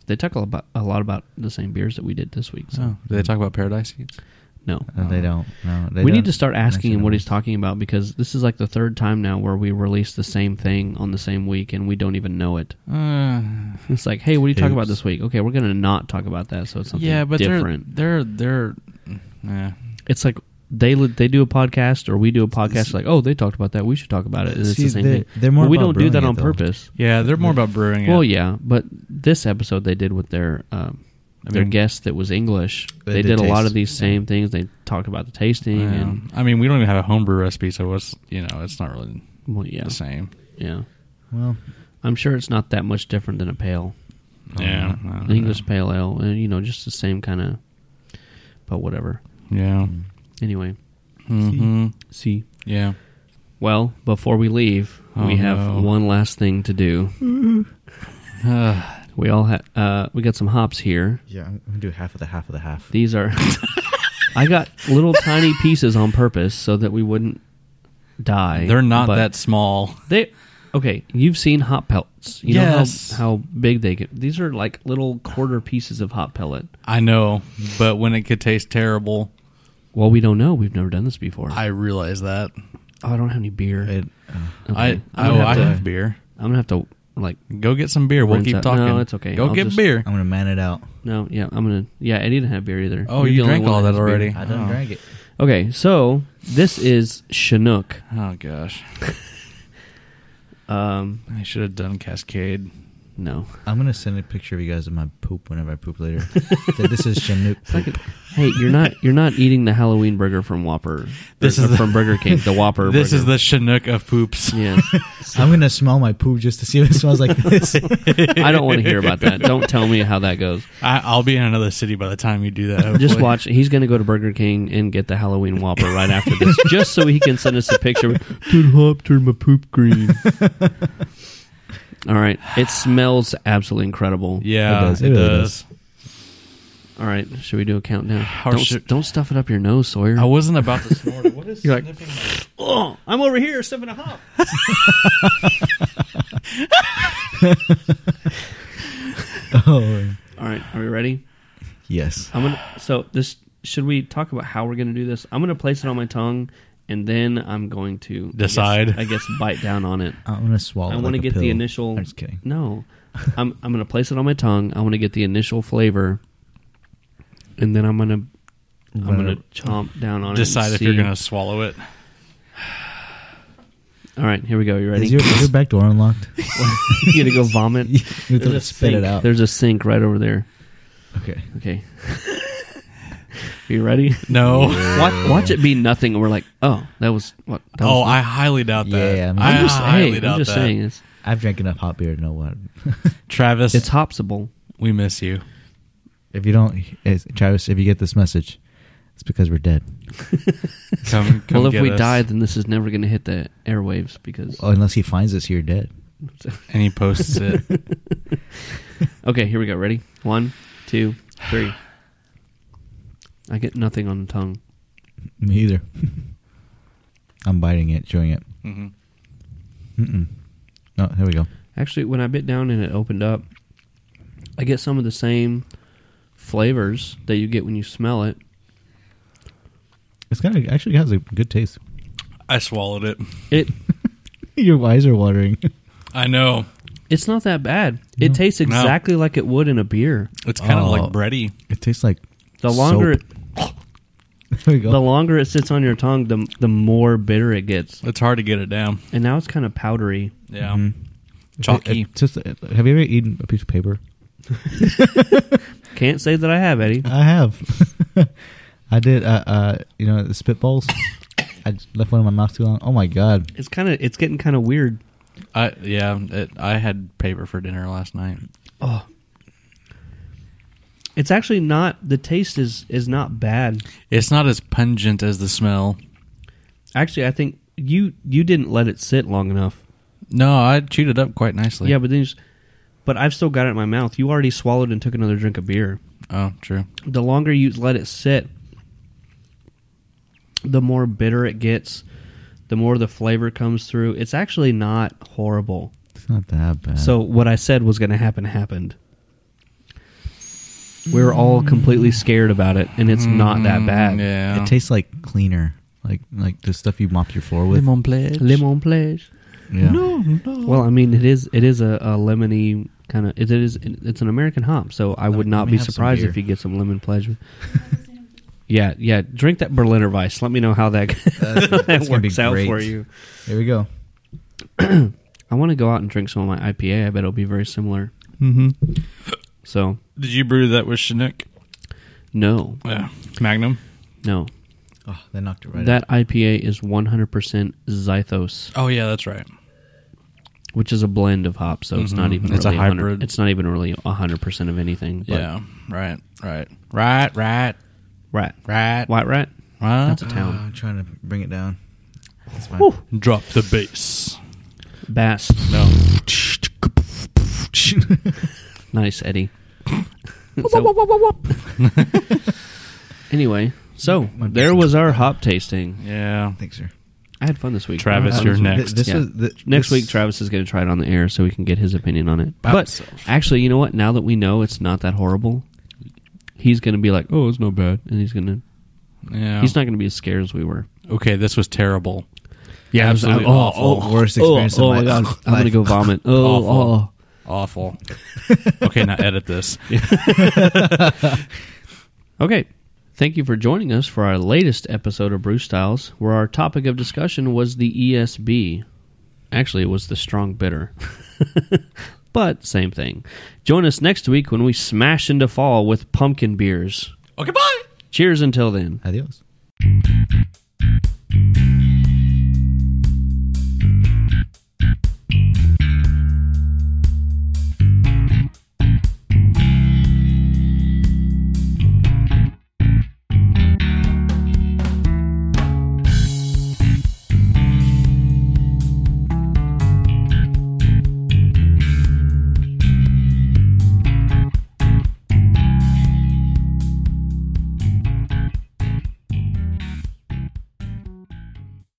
They talk a lot about a lot about the same beers that we did this week. So
Oh, did they talk about paradise seeds?
no.
No, Uh, they don't. No, they
Oh. we
don't
need to start asking
mention
him what
them.
he's talking about because this is like the third time now where we release the same thing on the same week and we don't even know it.
Uh,
It's like, hey, what are you talking about
Oops.
this week? Okay, we're gonna not talk about that, so it's something
yeah, but
different.
they're they're they're. eh.
It's like they li- they do a podcast or we do a podcast. Like, oh, they talked about that. We should talk about it. It's
See,
the same
they-
thing.
they're more
But we
about
don't do that
brewing it,
on
though.
purpose.
yeah, they're more about brewing. it.
Well, yeah, but this episode they did with their um, their
mean-
guest that was English.
They
They,
did
did, a lot
taste.
of these same things. They talked about the tasting
Yeah.
and
I mean, we don't even have a homebrew recipe, so it's you know, it's not really
well, yeah,
the same.
yeah.
Well,
I'm sure it's not that much different than a pale
Yeah, I don't
an English pale ale, and you know, just the same kind of. But whatever.
know. Yeah.
Anyway,
Mhm.
see.
Yeah.
Well, before we leave,
Oh,
we have
no.
one last thing to do.
[laughs]
[sighs]
Uh,
We all have. Uh, we got some hops here.
yeah, I'm gonna do half of the half of the half.
These are. [laughs] I got little tiny pieces on purpose so that we wouldn't die.
they're not
but
that small.
They. Okay, you've seen hop pellets. You
Yes.
know how, how big they get. These are like little quarter pieces of hop pellet.
I know, but when it could taste terrible,
Well, we don't know. We've never done this before.
I realize that.
oh, I don't have any beer.
It, uh,
Okay,
I
I'm
I,
gonna
oh,
have
I
to-
have beer.
I'm gonna have to like
Go get some beer. We'll
Rinse
keep
out-
talking.
no, it's okay.
Go
I'll
get
just-
beer.
I'm gonna man it out.
no. Yeah, I'm gonna. Yeah, I didn't have beer either.
Oh,
You're
you
the only
drank
one
all that
has beer.
already.
I done
oh.
drank it.
Okay, so this is Chinook.
Oh gosh,
Um,
I should have done Cascade.
no.
I'm gonna send a picture of you guys of my poop whenever I poop
[laughs]
later. Say, this is Chinook poop.
Hey, you're not you're not eating the Halloween burger from Whopper.
This
Or-
is the-
from Burger King, the
[laughs]
Whopper.
This is
burger.
the Chinook of poops.
yeah.
I'm gonna smell my poop just to see if it smells
[laughs]
like this. [laughs]
I don't want to hear about that. Don't tell me how that goes.
I, I'll be in another city by the time you do that.
[laughs] Just
hopefully.
watch. He's going to go to Burger King and get the Halloween Whopper right after this, just [laughs] so he can send us a picture. Dude, Hop turned my poop green. All right. It smells absolutely incredible.
Yeah,
It does. It really does.
All right. Should we do a countdown?
How
Don't,
should-
don't stuff it up your nose, Sawyer.
I wasn't about to snort.
[laughs]
it. What is
You're like-
sniffing?
oh, I'm over here sipping a hop.
Oh,
All right. Are we ready?
yes.
I'm gonna. So this should we talk about how we're gonna do this? I'm gonna place it on my tongue, and then I'm going to I guess-
Decide.
I guess, bite down
[laughs]
on it.
I'm gonna swallow.
I
want
want
to
to get the initial.
I'm just kidding.
No, I'm I'm gonna place it on my tongue. I want to get the initial flavor, and then I'm gonna I'm
Run
gonna
it-
chomp down on
Decide
it. and
if you're
see-
gonna swallow it.
All right, here we go. You ready?
Is your, is your back door
[laughs]
unlocked? [laughs]
you gonna go vomit?
you have
There's
to
a
spit it
sink.
out.
There's a sink right over there.
Okay. [laughs]
Okay. you ready?
No.
Watch, watch it be nothing. And we're like, oh, that was what?
[laughs]
That
Oh,
was
I highly doubt that.
Yeah, I'm
I
just-
highly
hey,
doubt
I'm just
that.
saying it's
I've drank enough hot beer to know what. [laughs]
Travis,
it's hopsable.
we miss
[laughs]
you.
if you don't, it's- Travis, if you get this message, it's because we're dead.
Come, come
Well, if
get
we
us.
die, then this is never going to hit the airwaves because.
Oh, unless he finds us, you're dead.
and he posts it.
[laughs] Okay, here we go. Ready? One, two,
[sighs]
three. I get nothing on the tongue.
Me either. [laughs] I'm biting it, chewing it.
Mhm.
Mm-mm. Oh, here we go.
Actually, when I bit down and it opened up, I get some of the same flavors that you get when you smell it.
It's kind of actually has a good taste.
I swallowed it.
It
[laughs] Your eyes are watering. [laughs]
I know.
it's not that bad. It
No.
tastes exactly like it would in a beer.
It's kind of
Oh.
like bready.
it tastes like
The longer
Soap. there we go. [laughs]
the longer it sits on your tongue, the the more bitter it gets.
It's hard to get it down. Mm-hmm.
And now it's kind of powdery.
Yeah.
Mhm.
Chalky.
It- it's just- it- have you ever eaten a piece of paper?
Can't say that I have, Eddie.
I have. [laughs] I did. Uh, uh, you know, the [laughs] spitballs. I just left one in my mouth too long. Oh my god!
It's kind of it's getting kind of weird.
I yeah. It, I had paper for dinner last night.
Oh. It's actually not the taste is is not bad.
It's not as pungent as the smell.
Actually, I think you you didn't let it sit long enough.
No, I chewed it up quite nicely.
yeah, but then you just, but I've still got it in my mouth. You already swallowed and took another drink of beer.
Oh, true.
The longer you let it sit, the more bitter it gets, the more the flavor comes through. It's actually not horrible.
It's not that bad.
So what I said was going to happen happened. We were all
Mm.
completely scared about it, and it's not that bad.
Yeah.
it tastes like cleaner, like like the stuff you mop your floor with.
pledge.
Lemon pledge.
Yeah.
Well, I mean, it is it is a, a lemony kind of it is it's an American hop, so I would
me-
not
let me
be
have some
surprised
beer.
if you get some lemon pledge.
[laughs]
yeah, yeah. Drink that Berliner Weiss. Let me know how that [laughs] that
that's gonna be
works out
great.
for you.
There we go.
I want to go out and drink some of my IPA. I bet it'll be very similar.
Mm-hmm.
So
Did you brew that with Chinook?
no,
Yeah. Magnum.
no,
Oh, that knocked it right. out.
that IPA is one hundred percent Zythos,
Oh yeah, that's right.
which is a blend of hops. So it's not
Mhm.
even
It's a
really 100
hybrid.
It's not even really hundred percent of anything. But
yeah. Right. Right. Right. Right.
rat,
Right.
white rat.
Right.
That's a
Oh,
town.
I'm trying to bring it down. That's fine.
[laughs]
Drop the bass. Uh.
Bass.
No.
Nice,
[laughs]
Eddie. So- anyway, so
My
there
business.
was our hop tasting.
Yeah.
[laughs] Thanks, sir.
I had fun this week.
Travis,
I had fun
you're
this week.
next.
Th- This
Yeah.
was the,
Next
this-
week, Travis is going to try it on the air so we can get his opinion on it.
By
but
himself.
actually, you know what? Now that we know it's not that horrible, he's going to be like, "Oh, it's not bad," and he's going to
Yeah.
he's not going to be as scared as we were.
okay, this was terrible.
Yeah,
Absolutely
I'm, oh,
awful.
oh,
Worst
oh,
experience of
oh
my
God.
life.
I'm
[laughs]
going to go vomit. Oh,
Awful.
oh.
Awful. okay, now edit this.
Okay. Thank you for joining us for our latest episode of Brew Styles, where our topic of discussion was the ESB. Actually, it was the strong bitter. [laughs] but same thing. Join us next week when we smash into fall with pumpkin beers.
Okay, bye.
Cheers until then.
Adios.